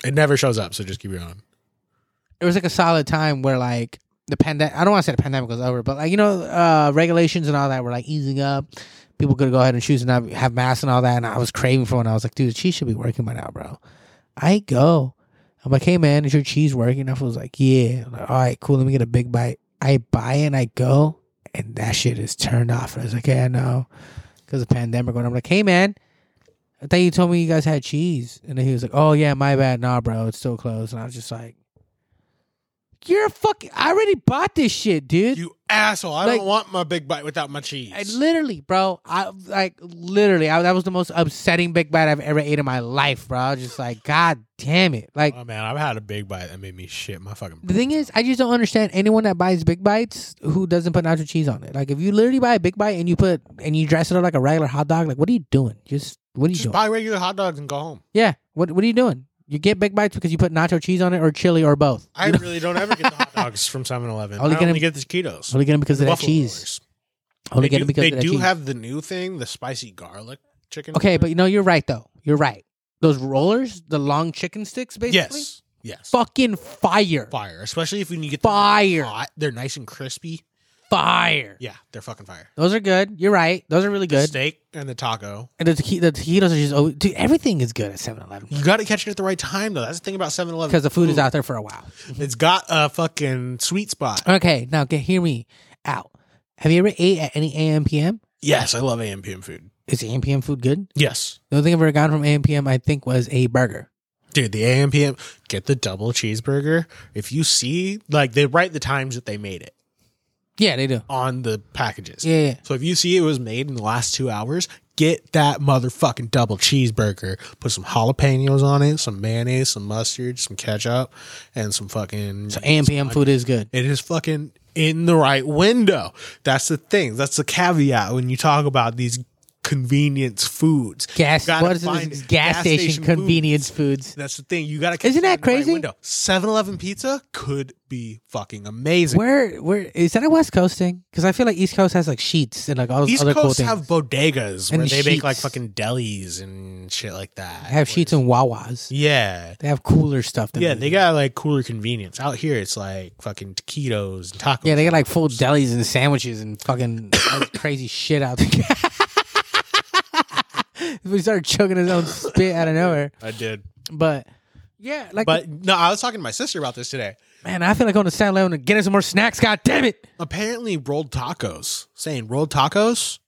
Speaker 1: it never shows up, so just keep it on.
Speaker 2: There was like a solid time where like the pandemic I don't want to say the pandemic was over, but like you know uh regulations and all that were like easing up. People could go ahead and choose to not have masks and all that and I was craving for one. I was like, dude, the cheese should be working by now, bro. I go. I'm like, hey man, is your cheese working? I was like, yeah. I'm like, all right, cool. Let me get a big bite. I buy and I go, and that shit is turned off. And I was like, yeah, no, because of the pandemic. And I'm like, hey man, I thought you told me you guys had cheese. And then he was like, oh yeah, my bad. Nah, bro, it's still closed. And I was just like, you're a fucking. I already bought this shit, dude.
Speaker 1: You asshole! I
Speaker 2: Like-
Speaker 1: don't want my big bite without my cheese.
Speaker 2: I literally, bro. I like literally. I, that was the most upsetting big bite I've ever ate in my life, bro. I was just like, God damn it! Like
Speaker 1: oh man, I've had a big bite that made me shit my fucking.
Speaker 2: the thing is, I just don't understand anyone that buys big bites who doesn't put nacho cheese on it. Like if you literally buy a big bite and you put and you dress it up like a regular hot dog, like what are you doing? Just what are you
Speaker 1: Just
Speaker 2: doing?
Speaker 1: buy regular hot dogs and go home.
Speaker 2: yeah, what what are you doing? You get big bites because you put nacho cheese on it or chili or both.
Speaker 1: I really don't ever get the hot dogs from 7-Eleven. I
Speaker 2: Only get
Speaker 1: only
Speaker 2: them-
Speaker 1: get the Cheetos.
Speaker 2: Only get them because
Speaker 1: The
Speaker 2: of that
Speaker 1: Buffalo
Speaker 2: cheese.
Speaker 1: Rollers.
Speaker 2: Only
Speaker 1: they
Speaker 2: get
Speaker 1: do,
Speaker 2: them because
Speaker 1: they
Speaker 2: of that
Speaker 1: do
Speaker 2: cheese.
Speaker 1: have the new thing, the spicy garlic chicken.
Speaker 2: okay, but you know you're right though. You're right. Those rollers, the long chicken sticks, basically.
Speaker 1: yes, yes,
Speaker 2: Fucking fire.
Speaker 1: fire. Especially if when you get them
Speaker 2: Fire.
Speaker 1: hot, they're nice and crispy.
Speaker 2: Fire.
Speaker 1: Yeah, they're fucking fire.
Speaker 2: Those are good. You're right. Those are really
Speaker 1: The
Speaker 2: good.
Speaker 1: steak and the taco.
Speaker 2: And the, tequi- the taquitos are just, oh, dude, everything is good at 7 Eleven.
Speaker 1: You got to catch it at the right time though. That's the thing about 7-Eleven.
Speaker 2: because the food is out there for a while.
Speaker 1: It's got a fucking sweet spot.
Speaker 2: Okay, now get hear me out. Have you ever ate at any AM PM?
Speaker 1: Yes, I love AM PM food.
Speaker 2: Is AM PM food good?
Speaker 1: Yes.
Speaker 2: The only thing I've ever gotten from AM PM, I think, was a burger.
Speaker 1: Dude, the AM PM get the double cheeseburger. If you see like they write the times that they made it
Speaker 2: Yeah, they do.
Speaker 1: on the packages.
Speaker 2: Yeah, yeah.
Speaker 1: So if you see it was made in the last two hours, get that motherfucking double cheeseburger. Put some jalapenos on it, some mayonnaise, some mustard, some ketchup, and some fucking.
Speaker 2: So AM PM food is good.
Speaker 1: it is fucking in the right window. That's the thing. That's the caveat when you talk about these convenience foods.
Speaker 2: Gas.
Speaker 1: You gotta
Speaker 2: What is
Speaker 1: find
Speaker 2: this? Gas, station,
Speaker 1: food.
Speaker 2: convenience foods.
Speaker 1: That's the thing. You got to.
Speaker 2: Isn't that crazy?
Speaker 1: 7 Eleven pizza could be fucking amazing.
Speaker 2: Where where is that a West Coast thing? Because I feel like East Coast has like sheets and like all those
Speaker 1: East
Speaker 2: other
Speaker 1: Coast
Speaker 2: cool things.
Speaker 1: have bodegas where
Speaker 2: And
Speaker 1: they make like
Speaker 2: sheets.
Speaker 1: fucking delis and shit like that.
Speaker 2: They have sheets and Wawas.
Speaker 1: Yeah.
Speaker 2: They have cooler stuff. Than
Speaker 1: Yeah,
Speaker 2: we
Speaker 1: they
Speaker 2: do.
Speaker 1: got like cooler convenience. Out here, it's like fucking taquitos and tacos.
Speaker 2: Yeah, they got like full delis and sandwiches and fucking all this crazy shit out there. we started choking his own spit out of nowhere.
Speaker 1: I did.
Speaker 2: But yeah, like
Speaker 1: But no, I was talking to my sister about this today.
Speaker 2: man, I feel like going to 7 Eleven and getting some more snacks, god damn it.
Speaker 1: Apparently, rolled tacos, saying rolled tacos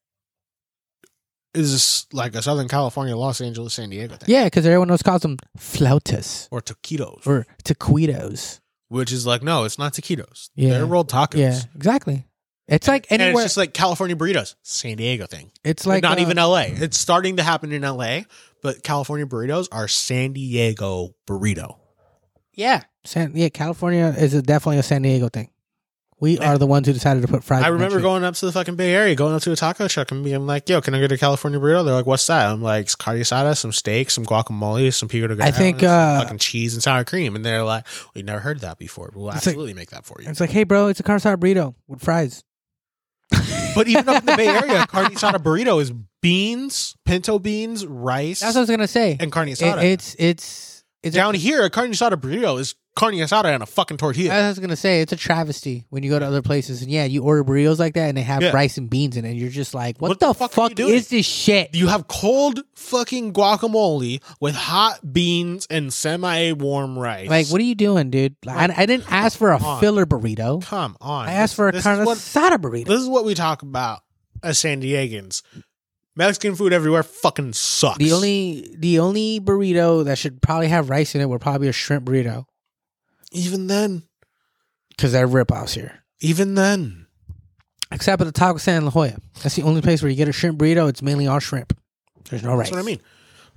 Speaker 1: is like a Southern California, Los Angeles, San Diego thing.
Speaker 2: Yeah, because everyone else calls them flautas
Speaker 1: Or taquitos,
Speaker 2: or taquitos.
Speaker 1: which is like, no, it's not taquitos.
Speaker 2: Yeah.
Speaker 1: They're rolled tacos.
Speaker 2: Yeah, exactly. It's like
Speaker 1: And
Speaker 2: anywhere
Speaker 1: it's just like California burritos, San Diego thing.
Speaker 2: it's like
Speaker 1: not
Speaker 2: uh,
Speaker 1: even LA. It's starting to happen in LA, but California burritos are San Diego burrito.
Speaker 2: Yeah. San yeah, California is a, definitely a San Diego thing. We are the ones who decided to put fries.
Speaker 1: I
Speaker 2: in that
Speaker 1: remember
Speaker 2: shit.
Speaker 1: going up to the fucking Bay Area, going up to a taco truck and being like, "Yo, can I get a California burrito?" They're like, "What's that?" I'm like, "It's carne asada, some steak, some guacamole, some pico de gallo,
Speaker 2: I think,
Speaker 1: and some
Speaker 2: uh,
Speaker 1: fucking cheese and sour cream." And they're like, "We never heard that before. but We'll
Speaker 2: It's like-
Speaker 1: absolutely make that for you."
Speaker 2: It's like, hey, bro, it's a carnitas burrito with fries.
Speaker 1: But even up in the Bay Area, carne asada burrito is beans, pinto beans, rice,
Speaker 2: That's what I was gonna say.
Speaker 1: and carne
Speaker 2: It-
Speaker 1: asada.
Speaker 2: it's it's it's
Speaker 1: Down
Speaker 2: a,
Speaker 1: here, a carne asada burrito is carne asada and a fucking tortilla.
Speaker 2: I was gonna say it's a travesty when you go to other places and yeah, you order burritos like that and they have
Speaker 1: Yeah.
Speaker 2: rice and beans in it. And you're just like, what,
Speaker 1: What
Speaker 2: the,
Speaker 1: the
Speaker 2: fuck,
Speaker 1: fuck are you doing?
Speaker 2: is this shit?
Speaker 1: you have cold fucking guacamole with hot beans and semi-warm rice.
Speaker 2: Like, what are you doing, dude? Like, I, I didn't ask for a
Speaker 1: Come on.
Speaker 2: filler burrito.
Speaker 1: Come on!
Speaker 2: I asked for a
Speaker 1: This is
Speaker 2: carne
Speaker 1: what-
Speaker 2: asada burrito.
Speaker 1: This is what we talk about as San Diegans. Mexican food everywhere fucking sucks.
Speaker 2: The only the only burrito that should probably have rice in it would probably be a shrimp burrito
Speaker 1: even then,
Speaker 2: because they're ripoffs here.
Speaker 1: even then,
Speaker 2: Except at the Taco Stand in La Jolla. That's the only place where you get a shrimp burrito. It's mainly all shrimp. There's no
Speaker 1: that's
Speaker 2: rice.
Speaker 1: what I mean.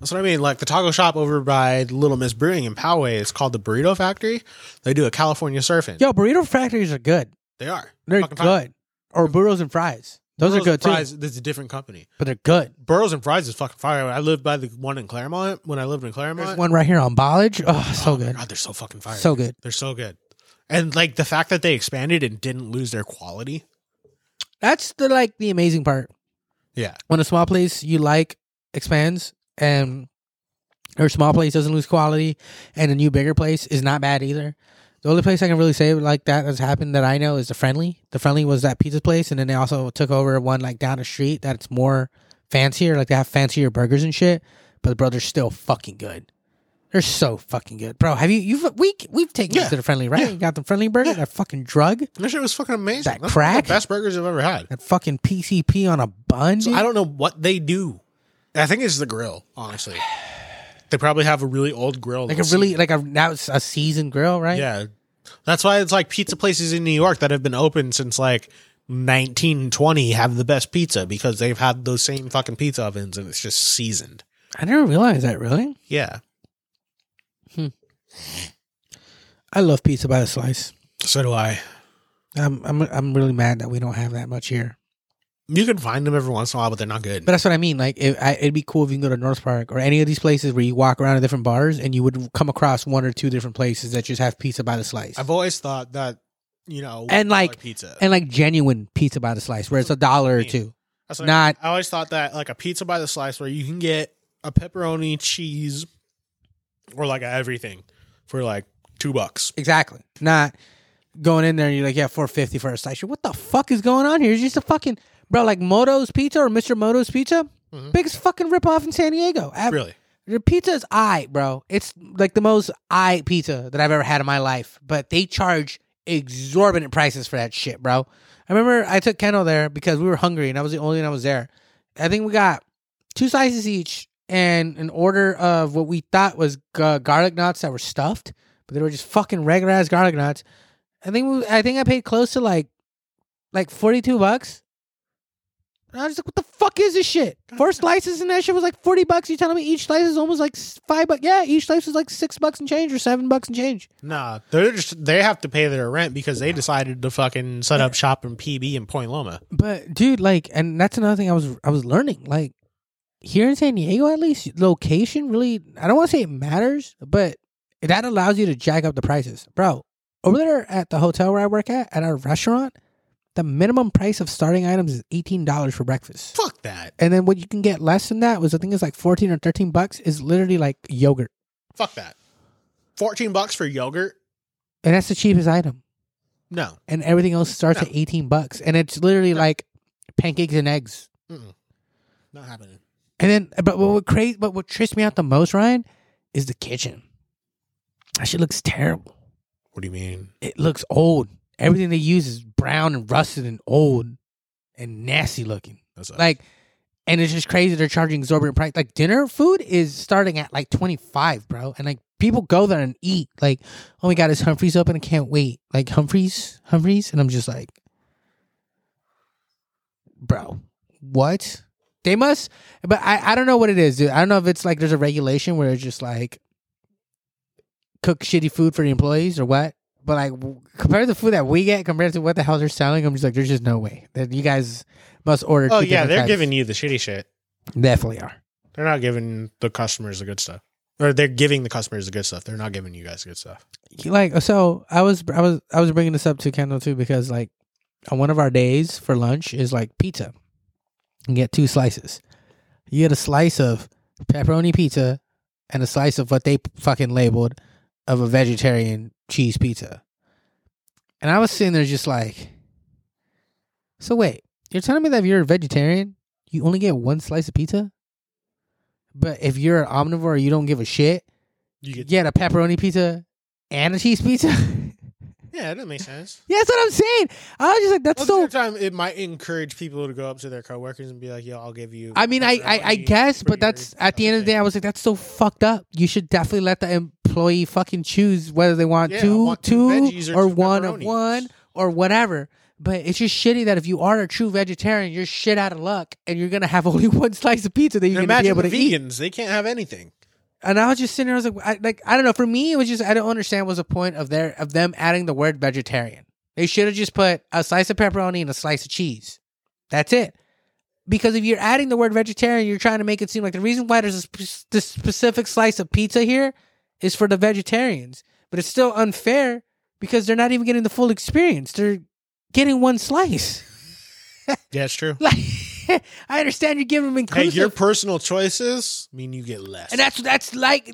Speaker 1: That's what I mean. Like the taco shop over by Little Miss Brewing in Poway, it's called the Burrito Factory. They do a California surfing.
Speaker 2: Yo, burrito factories are good.
Speaker 1: They are.
Speaker 2: They're
Speaker 1: Fucking fire.
Speaker 2: good. Or burritos and fries. Those
Speaker 1: Burros
Speaker 2: are good
Speaker 1: and fries, too. That's a different company.
Speaker 2: too. But they're good.
Speaker 1: Burros and fries is fucking fire. I lived by the one in Claremont when I lived in Claremont.
Speaker 2: There's one right here on Bollage. Oh, so
Speaker 1: Oh my
Speaker 2: good.
Speaker 1: God, they're so fucking fire.
Speaker 2: So good.
Speaker 1: they're so good. And like the fact that they expanded and didn't lose their quality.
Speaker 2: That's the like the amazing part.
Speaker 1: Yeah.
Speaker 2: When a small place you like expands and or small place doesn't lose quality and a new bigger place is not bad either. The only place I can really say like that has happened that I know is the friendly. The friendly was that pizza place and then they also took over one like down the street that's more fancier, like they have fancier burgers and shit. But bro, they're still fucking good. They're so fucking good, bro. Have you you we we've taken
Speaker 1: Yeah.
Speaker 2: you to the friendly right?
Speaker 1: Yeah.
Speaker 2: You got the friendly burger,
Speaker 1: Yeah.
Speaker 2: that fucking drug.
Speaker 1: That shit was fucking amazing.
Speaker 2: That
Speaker 1: That's
Speaker 2: crack?
Speaker 1: the best burgers I've ever had.
Speaker 2: That fucking PCP on a bun.
Speaker 1: So
Speaker 2: dude?
Speaker 1: I don't know what they do. I think it's the grill, honestly. They probably have a really old grill.
Speaker 2: like a
Speaker 1: that's-
Speaker 2: really like a now it's a seasoned grill, right?
Speaker 1: yeah. That's why it's like pizza places in New York that have been open since like 1920 have the best pizza because they've had those same fucking pizza ovens and it's just seasoned.
Speaker 2: I never realized that. Really,
Speaker 1: Yeah.
Speaker 2: I love pizza by the slice.
Speaker 1: So do I.
Speaker 2: I'm I'm I'm really mad that we don't have that much here.
Speaker 1: You can find them every once in a while, but they're not good.
Speaker 2: But that's what I mean. Like, it, I, it'd be cool if you can go to North Park or any of these places where you walk around to different bars and you would come across one or two different places that just have pizza by the slice
Speaker 1: I've always thought that, you know,
Speaker 2: And, like-
Speaker 1: $1 pizza.
Speaker 2: and like genuine pizza by the slice where it's a dollar or
Speaker 1: That's what I
Speaker 2: two.
Speaker 1: That's what I
Speaker 2: Not
Speaker 1: I always thought that like a pizza by the slice where you can get a pepperoni, cheese, or like a everything for like two bucks.
Speaker 2: exactly not going in there and you're like, yeah, four fifty for a slice. You're, What the fuck is going on here? It's just a fucking bro, like Moto's Pizza or Mr. Moto's Pizza,
Speaker 1: Mhm.
Speaker 2: biggest fucking ripoff in San Diego. I-
Speaker 1: Really?
Speaker 2: Their pizza is I, bro. It's like the most I pizza that I've ever had in my life. But they charge exorbitant prices for that shit, bro. I remember I took Kendall there because we were hungry and I was the only one that was there. I think we got two slices each and an order of what we thought was uh, garlic knots that were stuffed, but they were just fucking regular ass garlic knots. I think we, I think I paid close to like like forty two bucks. And I was like, "What the fuck is this shit?" Four slices and that shit was like forty bucks. You telling me each slice is almost like s- five bucks? Yeah, each slice was like six bucks and change or seven bucks and change.
Speaker 1: Nah, they're just they have to pay their rent because they decided to fucking set up shop in PB in Point Loma.
Speaker 2: But dude, like, and that's another thing I was I was learning. Like here in San Diego, at least location really I don't want to say it matters, but that allows you to jack up the prices, bro. Over there at the hotel where I work at, at our restaurant, the minimum price of starting items is eighteen dollars for breakfast,
Speaker 1: Fuck that.
Speaker 2: and then what you can get less than that was I think it's like fourteen or thirteen bucks is literally like yogurt,
Speaker 1: Fuck that. Fourteen bucks for yogurt?
Speaker 2: and that's the cheapest item,
Speaker 1: No.
Speaker 2: and everything else starts
Speaker 1: No.
Speaker 2: at eighteen bucks, and it's literally like pancakes and eggs.
Speaker 1: Not happening.
Speaker 2: And then, but what would crazy, but what trips me out the most, Ryan, is the kitchen. That shit looks terrible.
Speaker 1: What do you mean?
Speaker 2: It looks old. Everything they use is brown and rusted and old and nasty looking.
Speaker 1: That's a-
Speaker 2: Like, and it's just crazy. They're charging exorbitant price. Like dinner food is starting at like twenty five, bro. And like people go there and eat. Like, oh my god, is Humphreys open? I can't wait. Like Humphreys, Humphreys, and I'm just like, bro, what? They must, but I I don't know what it is, dude. I don't know if it's like there's a regulation where it's just like cook shitty food for the employees or what. But like w- compared to the food that we get, compared to what the hell they're selling, I'm just like, there's just no way that you guys must order.
Speaker 1: Oh
Speaker 2: two
Speaker 1: yeah,
Speaker 2: different
Speaker 1: they're
Speaker 2: types.
Speaker 1: giving you the shitty shit.
Speaker 2: definitely are.
Speaker 1: They're not giving the customers the good stuff, or they're giving the customers the good stuff. They're not giving you guys good stuff.
Speaker 2: like so i was i was i was bringing this up to kendall too because like on one of our days for lunch is like pizza you get two slices you get a slice of pepperoni pizza and a slice of what they fucking labeled of a vegetarian cheese pizza and i was sitting there just like so wait you're telling me that if you're a vegetarian you only get one slice of pizza but if you're an omnivore you don't give a shit
Speaker 1: You
Speaker 2: you
Speaker 1: get
Speaker 2: get a pepperoni pizza and a cheese pizza. yeah,
Speaker 1: yeah, that makes sense.
Speaker 2: that's what I'm saying. I was just like, that's
Speaker 1: Most
Speaker 2: so.
Speaker 1: of the time, it might encourage people to go up to their coworkers and be like, "Yo, I'll give you."
Speaker 2: I mean, I, I, I
Speaker 1: pepperoni
Speaker 2: guess,
Speaker 1: for
Speaker 2: but
Speaker 1: your
Speaker 2: that's at the end of the day,
Speaker 1: other
Speaker 2: I was like, that's so fucked up. You should definitely let the employee fucking choose whether they want
Speaker 1: Yeah, I
Speaker 2: two,
Speaker 1: want two
Speaker 2: two,
Speaker 1: veggies or
Speaker 2: or,
Speaker 1: two
Speaker 2: one of
Speaker 1: pepperonis.
Speaker 2: one or whatever. But it's just shitty that if you are a true vegetarian, you're shit out of luck, and you're gonna have only one slice of pizza that
Speaker 1: thing."
Speaker 2: you're gonna be
Speaker 1: Imagine
Speaker 2: able
Speaker 1: the
Speaker 2: to eat.
Speaker 1: vegans; they can't have anything.
Speaker 2: and I was just sitting there. I was like, I, like I don't know. For me, it was just I don't understand. Was the point of their of them adding the word vegetarian? They should have just put a slice of pepperoni and a slice of cheese. That's it. Because if you're adding the word vegetarian, you're trying to make it seem like the reason why there's a sp- this specific slice of pizza here is for the vegetarians. But it's still unfair because they're not even getting the full experience. They're getting one slice.
Speaker 1: Yeah, it's true.
Speaker 2: Like I understand you're giving them
Speaker 1: Hey,
Speaker 2: inclusive.
Speaker 1: your personal choices mean you get less.
Speaker 2: And that's that's like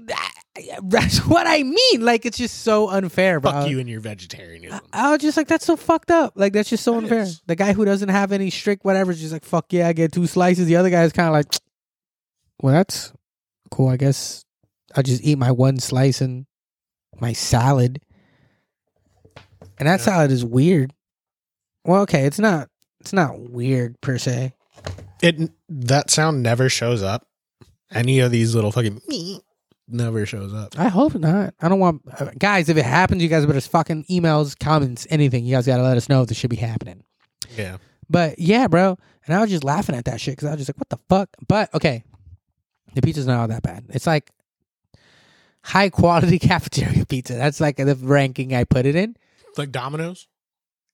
Speaker 2: that's what I mean. Like it's just so unfair, bro.
Speaker 1: fuck you and your vegetarianism.
Speaker 2: I was just like, that's so fucked up. Like that's just so
Speaker 1: It
Speaker 2: unfair.
Speaker 1: is.
Speaker 2: The guy who doesn't have any strict whatever is just like, fuck yeah, I get two slices. The other guy is kind of like, well, that's cool. I guess I'll just eat my one slice and my salad. And that
Speaker 1: Yeah.
Speaker 2: salad is weird. Well, okay, it's not. It's not weird per se.
Speaker 1: It that sound never shows up. Any of these little fucking never shows up.
Speaker 2: I hope not. I don't want uh, guys. If it happens, you guys better fucking emails, comments, anything. You guys gotta let us know if this should be happening.
Speaker 1: Yeah.
Speaker 2: But yeah, bro. And I was just laughing at that shit because I was just like, "What the fuck?" But okay, the pizza's not all that bad. It's like high quality cafeteria pizza. That's like the ranking I put it in.
Speaker 1: Like Domino's?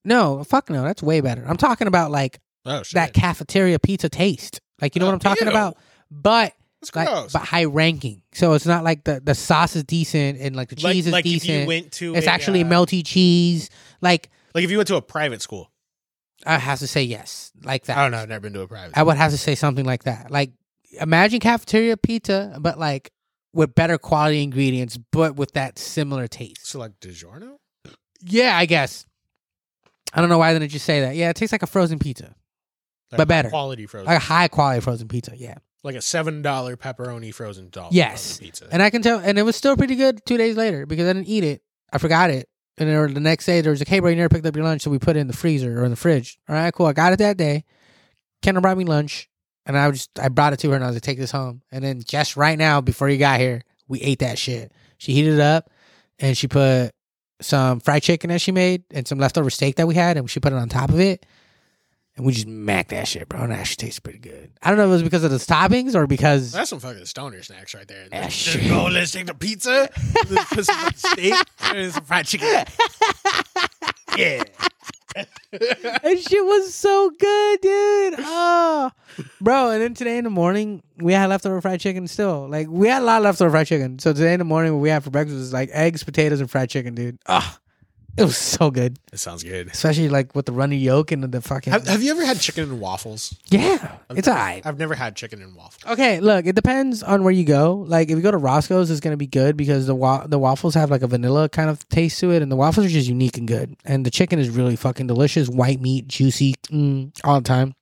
Speaker 2: No, fuck no. That's way better. I'm talking about like
Speaker 1: Oh shit.
Speaker 2: that cafeteria pizza taste. Like you know
Speaker 1: Oh,
Speaker 2: what I'm talking
Speaker 1: ew.
Speaker 2: about. But
Speaker 1: That's
Speaker 2: like,
Speaker 1: gross.
Speaker 2: but high ranking. So it's not like the the sauce is decent and like the cheese
Speaker 1: like,
Speaker 2: is
Speaker 1: like
Speaker 2: decent.
Speaker 1: if you went to
Speaker 2: It's
Speaker 1: a,
Speaker 2: actually
Speaker 1: uh,
Speaker 2: melty cheese. Like
Speaker 1: like if you went to a private school.
Speaker 2: I have to say yes, like that.
Speaker 1: I don't know, I've never been to a private
Speaker 2: I would have to say something like that. Like imagine cafeteria pizza, but like with better quality ingredients, but with that similar taste.
Speaker 1: So like DiGiorno?
Speaker 2: Yeah, I guess. I don't know why I didn't just say that. Yeah, it tastes like a frozen pizza,
Speaker 1: Like
Speaker 2: But better.
Speaker 1: Quality frozen.
Speaker 2: like a high quality frozen pizza. Yeah,
Speaker 1: like a seven dollar pepperoni frozen doll.
Speaker 2: Yes.
Speaker 1: frozen pizza.
Speaker 2: and I can tell, and it was still pretty good two days later because I didn't eat it. I forgot it, and then the next day there was like, "Hey, bro, you never picked up your lunch, so we put it in the freezer or in the fridge." All right, cool. I got it that day. Kendall brought me lunch, and I was just I brought it to her, and I was like, "Take this home." And then just right now, before you got here, we ate that shit. She heated it up, and she put some fried chicken that she made and some leftover steak that we had, and she put it on top of it. And we just macked that shit, bro. And that actually tastes pretty good. I don't know if it was because of the toppings or because
Speaker 1: that's some fucking stoner snacks right there.
Speaker 2: Ah,
Speaker 1: Let's
Speaker 2: shit.
Speaker 1: just go, let's take the pizza, let's put some steak, and some fried chicken. Yeah.
Speaker 2: that shit was so good, dude. Oh, bro. And then today in the morning, we had leftover fried chicken still. Like, we had a lot of leftover fried chicken. So today in the morning, what we had for breakfast was like eggs, potatoes, and fried chicken, dude. Oh, it was so good.
Speaker 1: That sounds good.
Speaker 2: Especially like with the runny yolk and the fucking.
Speaker 1: Have, have you ever had chicken and waffles?
Speaker 2: yeah, it's all right.
Speaker 1: I've never had chicken and waffles.
Speaker 2: Okay, look, it depends on where you go. Like, if you go to Roscoe's, it's gonna be good because the wa- the waffles have like a vanilla kind of taste to it, and the waffles are just unique and good. And the chicken is really fucking delicious, white meat, juicy, mm, all the time.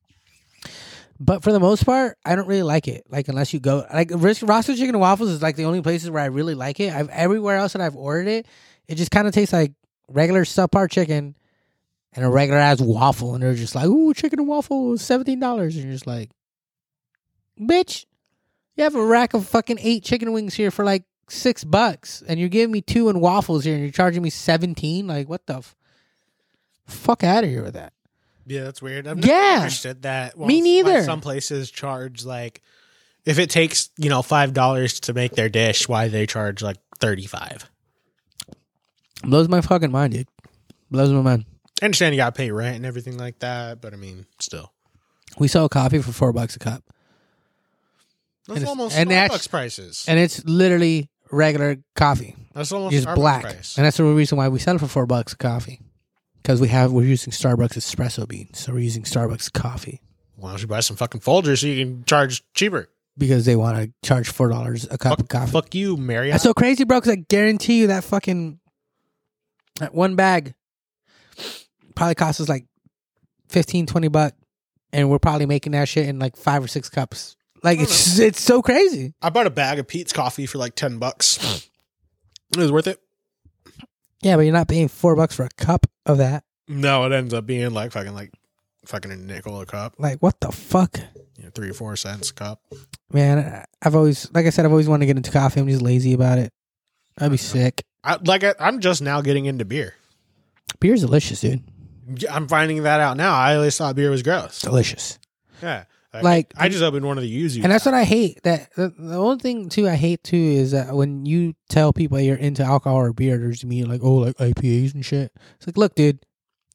Speaker 2: But for the most part, I don't really like it. Like, unless you go like Ros- Roscoe's chicken and waffles is like the only places where I really like it. I've everywhere else that I've ordered it, it just kind of tastes like regular subpar chicken and a regular ass waffle, and they're just like, "Ooh, chicken and waffle, seventeen dollars," and you're just like. Bitch, you have a rack of fucking eight chicken wings here for like six bucks, and you're giving me two and waffles here, and you're charging me seventeen. Like, what the f- fuck out of here with that?
Speaker 1: Yeah, that's weird. I've
Speaker 2: Yeah.
Speaker 1: never understood that. Well,
Speaker 2: Me
Speaker 1: why
Speaker 2: neither.
Speaker 1: Some places charge like if it takes you know five dollars to make their dish, why they charge like thirty five?
Speaker 2: Blows my fucking mind, dude. Blows my mind.
Speaker 1: I understand you got to pay rent and everything like that, but I mean, still,
Speaker 2: We sell coffee for four bucks a cup,
Speaker 1: that's
Speaker 2: it's-
Speaker 1: almost
Speaker 2: and
Speaker 1: Starbucks
Speaker 2: that's-
Speaker 1: prices.
Speaker 2: and it's literally regular coffee,
Speaker 1: that's almost
Speaker 2: just
Speaker 1: Starbucks
Speaker 2: black,
Speaker 1: price.
Speaker 2: and that's the reason why we sell it for four bucks a coffee, because we have we're using Starbucks espresso beans, so we're using Starbucks coffee
Speaker 1: Why don't you buy some fucking Folgers so you can charge cheaper?
Speaker 2: because they want to charge four dollars a cup of
Speaker 1: Fuck,
Speaker 2: coffee.
Speaker 1: fuck you, Marriott.
Speaker 2: That's so crazy, bro. Because I guarantee you that fucking that one bag probably costs us like 15, 20 buck, and we're probably making that shit in like five or six cups. Like it's it's so crazy.
Speaker 1: I bought a bag of Pete's coffee for like ten bucks. it was worth it.
Speaker 2: Yeah, but you're not paying four bucks for a cup of that.
Speaker 1: No, it ends up being like fucking like fucking a nickel a cup,
Speaker 2: Like what the fuck,
Speaker 1: you know, three or four cents a cup.
Speaker 2: man? I- I've always, like I said, I've always wanted to get into coffee. I'm just lazy about it. I'd be sick.
Speaker 1: I, like I, I'm just now getting into beer.
Speaker 2: Beer's delicious, dude.
Speaker 1: Yeah, I'm finding that out now. I always thought beer was gross.
Speaker 2: Delicious.
Speaker 1: Yeah,
Speaker 2: Like-
Speaker 1: I just opened one of the yuzu,
Speaker 2: And that's what I hate. That the, the only thing too I hate too is that when you tell people you're into alcohol or beer, there's me like, oh, like IPAs and shit. It's like, look, dude,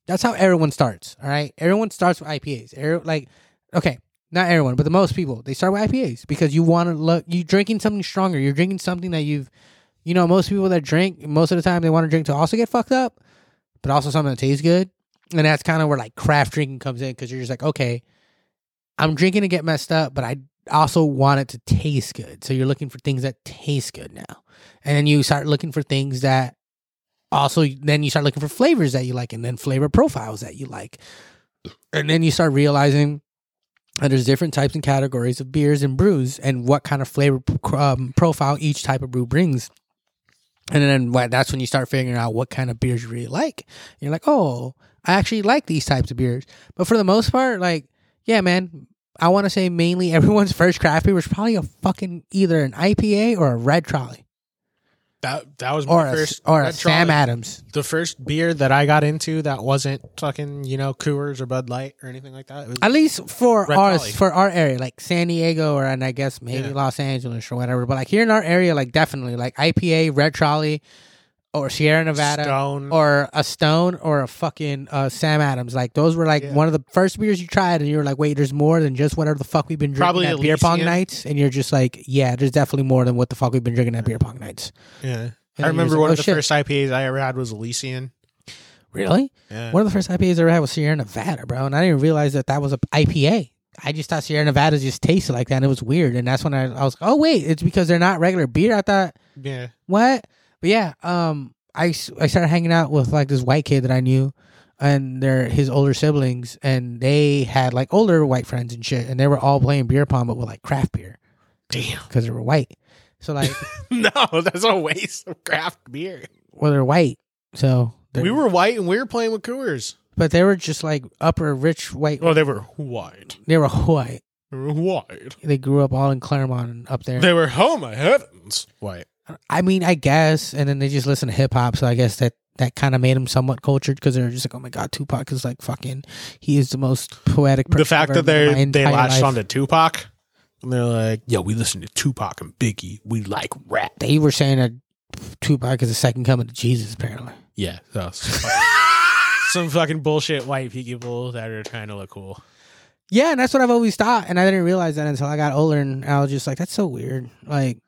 Speaker 2: that's how everyone starts. All right, everyone starts with IPAs. Every, like, okay, not everyone, but the most people they start with IPAs because you want to look. You drinking something stronger. You're drinking something that you've, you know, most people that drink most of the time they want to drink to also get fucked up, but also something that tastes good. And that's kind of where like craft drinking comes in because you're just like, okay, I'm drinking to get messed up, but I also want it to taste good. So you're looking for things that taste good now. And then you start looking for things that also then you start looking for flavors that you like and then flavor profiles that you like. And then you start realizing that there's different types and categories of beers and brews and what kind of flavor um, profile each type of brew brings. And then wha- that's when you start figuring out what kind of beers you really like. And you're like, oh, I actually like these types of beers. But for the most part, like, yeah, man, I want to say mainly everyone's first craft beer was probably a fucking either an IPA or a red trolley
Speaker 1: that that was my
Speaker 2: or a,
Speaker 1: first
Speaker 2: or a
Speaker 1: Red Trolley.
Speaker 2: Sam Adams.
Speaker 1: the first beer that I got into that wasn't fucking you know Coors or Bud Light or anything like that. It was-
Speaker 2: At least for
Speaker 1: Red
Speaker 2: ours,
Speaker 1: Trolley.
Speaker 2: for our area, like San Diego or and I guess maybe
Speaker 1: Yeah.
Speaker 2: Los Angeles or whatever. But like here in our area, like definitely like IPA, red trolley, or Sierra Nevada.
Speaker 1: Stone.
Speaker 2: Or a Stone or a fucking uh, Sam Adams. Like those were like
Speaker 1: Yeah.
Speaker 2: one of the first beers you tried, and you were like, "Wait, there's more than just whatever the fuck we've been drinking
Speaker 1: Probably
Speaker 2: at beer pong
Speaker 1: Elysian.
Speaker 2: nights." And you're just like, "Yeah, there's definitely more than what the fuck we've been drinking at beer pong nights."
Speaker 1: yeah. I
Speaker 2: And then you're just
Speaker 1: remember
Speaker 2: like,
Speaker 1: one
Speaker 2: "Oh,
Speaker 1: of the
Speaker 2: shit."
Speaker 1: first IPAs I ever had was Elysian.
Speaker 2: Really?
Speaker 1: Yeah.
Speaker 2: One of the first IPAs I ever had was Sierra Nevada, bro, and I didn't realize that that was a IPA. I just thought Sierra Nevada just tasted like that, and it was weird. And that's when I, I was, oh wait, it's because they're not regular beer. I thought
Speaker 1: yeah.
Speaker 2: what, but yeah, um, I s- I started hanging out with like this white kid that I knew, and their his older siblings, and they had like older white friends and shit, and they were all playing beer pong, but with like craft beer
Speaker 1: Damn.
Speaker 2: because they were white. So like,
Speaker 1: No, that's a waste of craft beer.
Speaker 2: well, they're white, so they're-
Speaker 1: We were white and we were playing with Coors.
Speaker 2: but they were just like upper rich white.
Speaker 1: Well, they were white.
Speaker 2: They were white.
Speaker 1: They were white.
Speaker 2: they grew up all in Claremont and up there.
Speaker 1: They were oh my heavens white.
Speaker 2: I mean, I guess, and then they just listen to hip hop, so I guess that that kind of made them somewhat cultured because they're just like, oh my god, Tupac is like fucking, he is the most poetic.
Speaker 1: The
Speaker 2: person
Speaker 1: fact
Speaker 2: I've
Speaker 1: that
Speaker 2: ever met
Speaker 1: they
Speaker 2: in my
Speaker 1: they
Speaker 2: entire
Speaker 1: latched
Speaker 2: life.
Speaker 1: onto Tupac and they're like, yo, we listen to Tupac and Biggie. We like rap.
Speaker 2: they were saying that Tupac is the second coming to Jesus, apparently.
Speaker 1: Yeah. so- some fucking bullshit white people that are trying to look cool.
Speaker 2: Yeah, and that's what I've always thought, and I didn't realize that until I got older, and I was just like, that's so weird, like,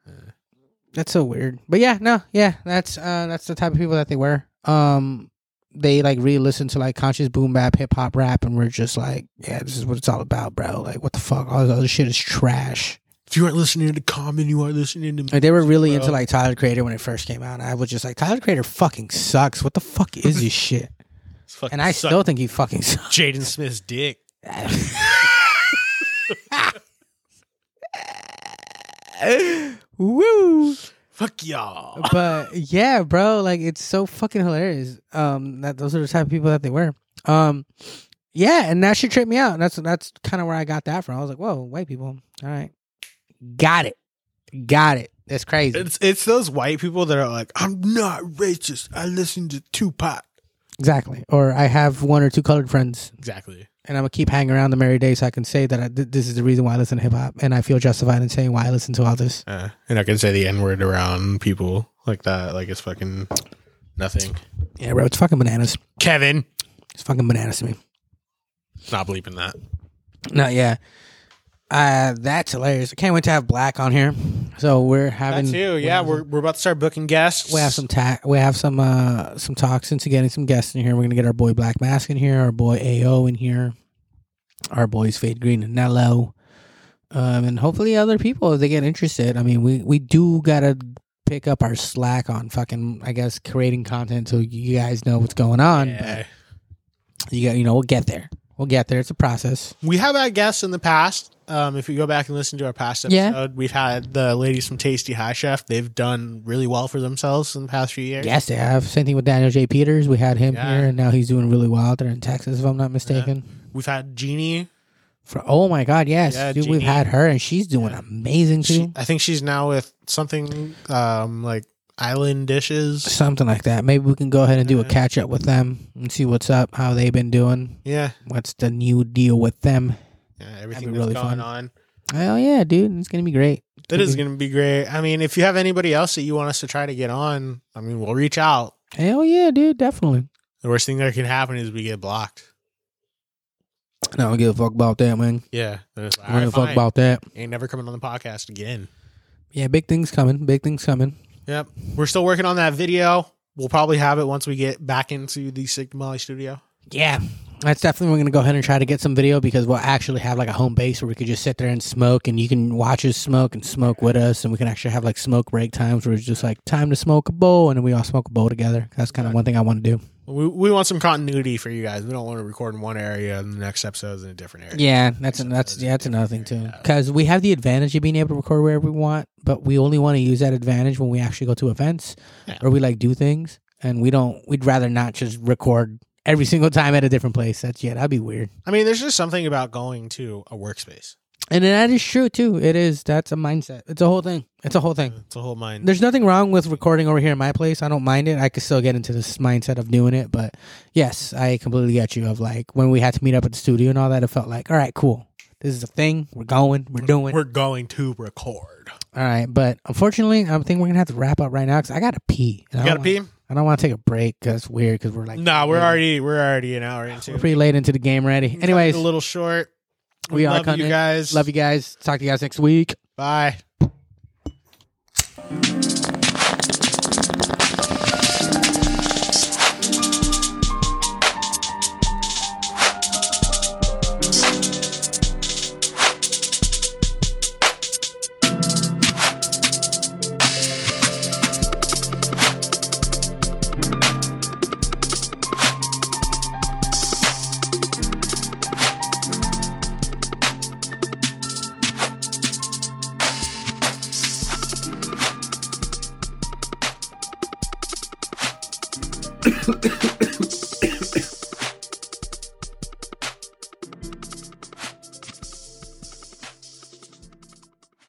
Speaker 2: that's so weird. But yeah, no, yeah, that's uh, that's the type of people that they were. Um, they like re-listen to like conscious boom bap, hip hop, rap, and we're just like, yeah, this is what it's all about, bro. Like, what the fuck? All this other shit is trash.
Speaker 1: If you aren't listening to Common, you aren't listening to me.
Speaker 2: Like, they were really into
Speaker 1: Bro.
Speaker 2: like Tyler the Creator when it first came out, and I was just like, Tyler the Creator fucking sucks. What the fuck is this shit? And I still think he fucking sucks.
Speaker 1: Jaden Smith's dick.
Speaker 2: Woo!
Speaker 1: Fuck y'all.
Speaker 2: but yeah, bro, like it's so fucking hilarious. Um, that those are the type of people that they were. Um, yeah, and that shit tripped me out. And that's that's kind of where I got that from. I was like, whoa, white people. All right, got it, got it. That's crazy.
Speaker 1: It's it's those white people that are like, I'm not racist. I listen to Tupac.
Speaker 2: exactly. Or I have one or two colored friends,
Speaker 1: Exactly.
Speaker 2: and I'm gonna keep hanging around them every day so I can say that I, th- this is the reason why I listen to hip hop, and I feel justified in saying why I listen to all this.
Speaker 1: Uh, and I can say the N word around people like that. Like it's fucking Nothing.
Speaker 2: Yeah, bro, it's fucking bananas.
Speaker 1: Kevin.
Speaker 2: It's fucking bananas to me.
Speaker 1: Not bleeping that.
Speaker 2: No, yeah. Uh, that's hilarious. I can't wait to have Black on here. So we're having
Speaker 1: Yeah, we're, we're about to start booking guests.
Speaker 2: we have some ta- we have some uh some talks into getting some guests in here. We're gonna get our boy Black Mask in here, our boy AO in here, our boys Fade Green and Nello, um, and hopefully other people if they get interested. I mean, we we do gotta pick up our slack on fucking I guess creating content so you guys know what's going on.
Speaker 1: Yeah.
Speaker 2: But you got you know we'll get there. We'll get there. It's a process.
Speaker 1: We have had guests in the past. Um, if you go back and listen to our past episode,
Speaker 2: Yeah.
Speaker 1: we've had the ladies from Tasty High Chef. They've done really well for themselves in the past few years.
Speaker 2: Yes, they have. Same thing with Daniel J. Peters. We had him
Speaker 1: Yeah.
Speaker 2: here, and now he's doing really well out there in Texas, if I'm not mistaken.
Speaker 1: We've had Jeannie.
Speaker 2: For, oh my God, yes,
Speaker 1: Yeah,
Speaker 2: dude, we've
Speaker 1: Jeannie.
Speaker 2: had her, and she's doing amazing too.
Speaker 1: She, I think she's now with something um, like Island Dishes.
Speaker 2: Something like that. Maybe we can go ahead and do a catch up with them and see what's up, how they've been doing,
Speaker 1: Yeah.
Speaker 2: what's the new deal with them.
Speaker 1: yeah everything
Speaker 2: be
Speaker 1: that's
Speaker 2: really
Speaker 1: going
Speaker 2: fun.
Speaker 1: on.
Speaker 2: Oh yeah, dude, it's gonna be great.
Speaker 1: That is going to be great. I mean, if you have anybody else that you want us to try to get on, I mean, we'll reach out.
Speaker 2: Hell yeah, dude, definitely.
Speaker 1: The worst thing that can happen is we get blocked.
Speaker 2: I don't give a fuck about that, man.
Speaker 1: Yeah. Then it's like,
Speaker 2: I don't give a
Speaker 1: "All
Speaker 2: fuck
Speaker 1: right, fine.
Speaker 2: about that.
Speaker 1: Ain't never coming on the podcast again.
Speaker 2: Yeah, big things coming. Big things coming.
Speaker 1: Yep. We're still working on that video. We'll probably have it once we get back into the Sigma Molly studio.
Speaker 2: Yeah. That's definitely we're gonna go ahead and try to get some video because we'll actually have like a home base where we could just sit there and smoke and you can watch us smoke and smoke with us and we can actually have like smoke break times where it's just like time to smoke a bowl and then we all smoke a bowl together. That's kind of one thing I want to do.
Speaker 1: We, we want some continuity for you guys. We don't want to record in one area and the next episode is in a different area.
Speaker 2: Yeah, that's that's yeah, that's another thing too. Because we have the advantage of being able to record wherever we want, but we only want to use that advantage when we actually go to events
Speaker 1: Yeah.
Speaker 2: or we like do things, and we don't. We'd rather not just record every single time at a different place. That's yeah, that'd be weird.
Speaker 1: I mean, there's just something about going to a workspace.
Speaker 2: And that is true too. It is. That's a mindset. It's a whole thing. It's a whole thing.
Speaker 1: It's a whole mind.
Speaker 2: There's nothing wrong with recording over here in my place. I don't mind it. I could still get into this mindset of doing it, but yes, I completely get you. Of like when we had to meet up at the studio and all that, it felt like, all right, cool. This is a thing. We're going. We're doing.
Speaker 1: We're going to record.
Speaker 2: All right, but unfortunately, I think we're gonna have to wrap up right now because I gotta pee. And I
Speaker 1: You got
Speaker 2: don't
Speaker 1: to
Speaker 2: wanna-
Speaker 1: pee?
Speaker 2: I don't want to take a break because it's weird because we're like
Speaker 1: Nah, we're already we're already an hour
Speaker 2: we're
Speaker 1: into.
Speaker 2: pretty late into the game already. Anyways,
Speaker 1: a little short.
Speaker 2: we are
Speaker 1: love
Speaker 2: cutting
Speaker 1: you
Speaker 2: it.
Speaker 1: guys.
Speaker 2: Love you guys. Talk to you guys next week.
Speaker 1: Bye.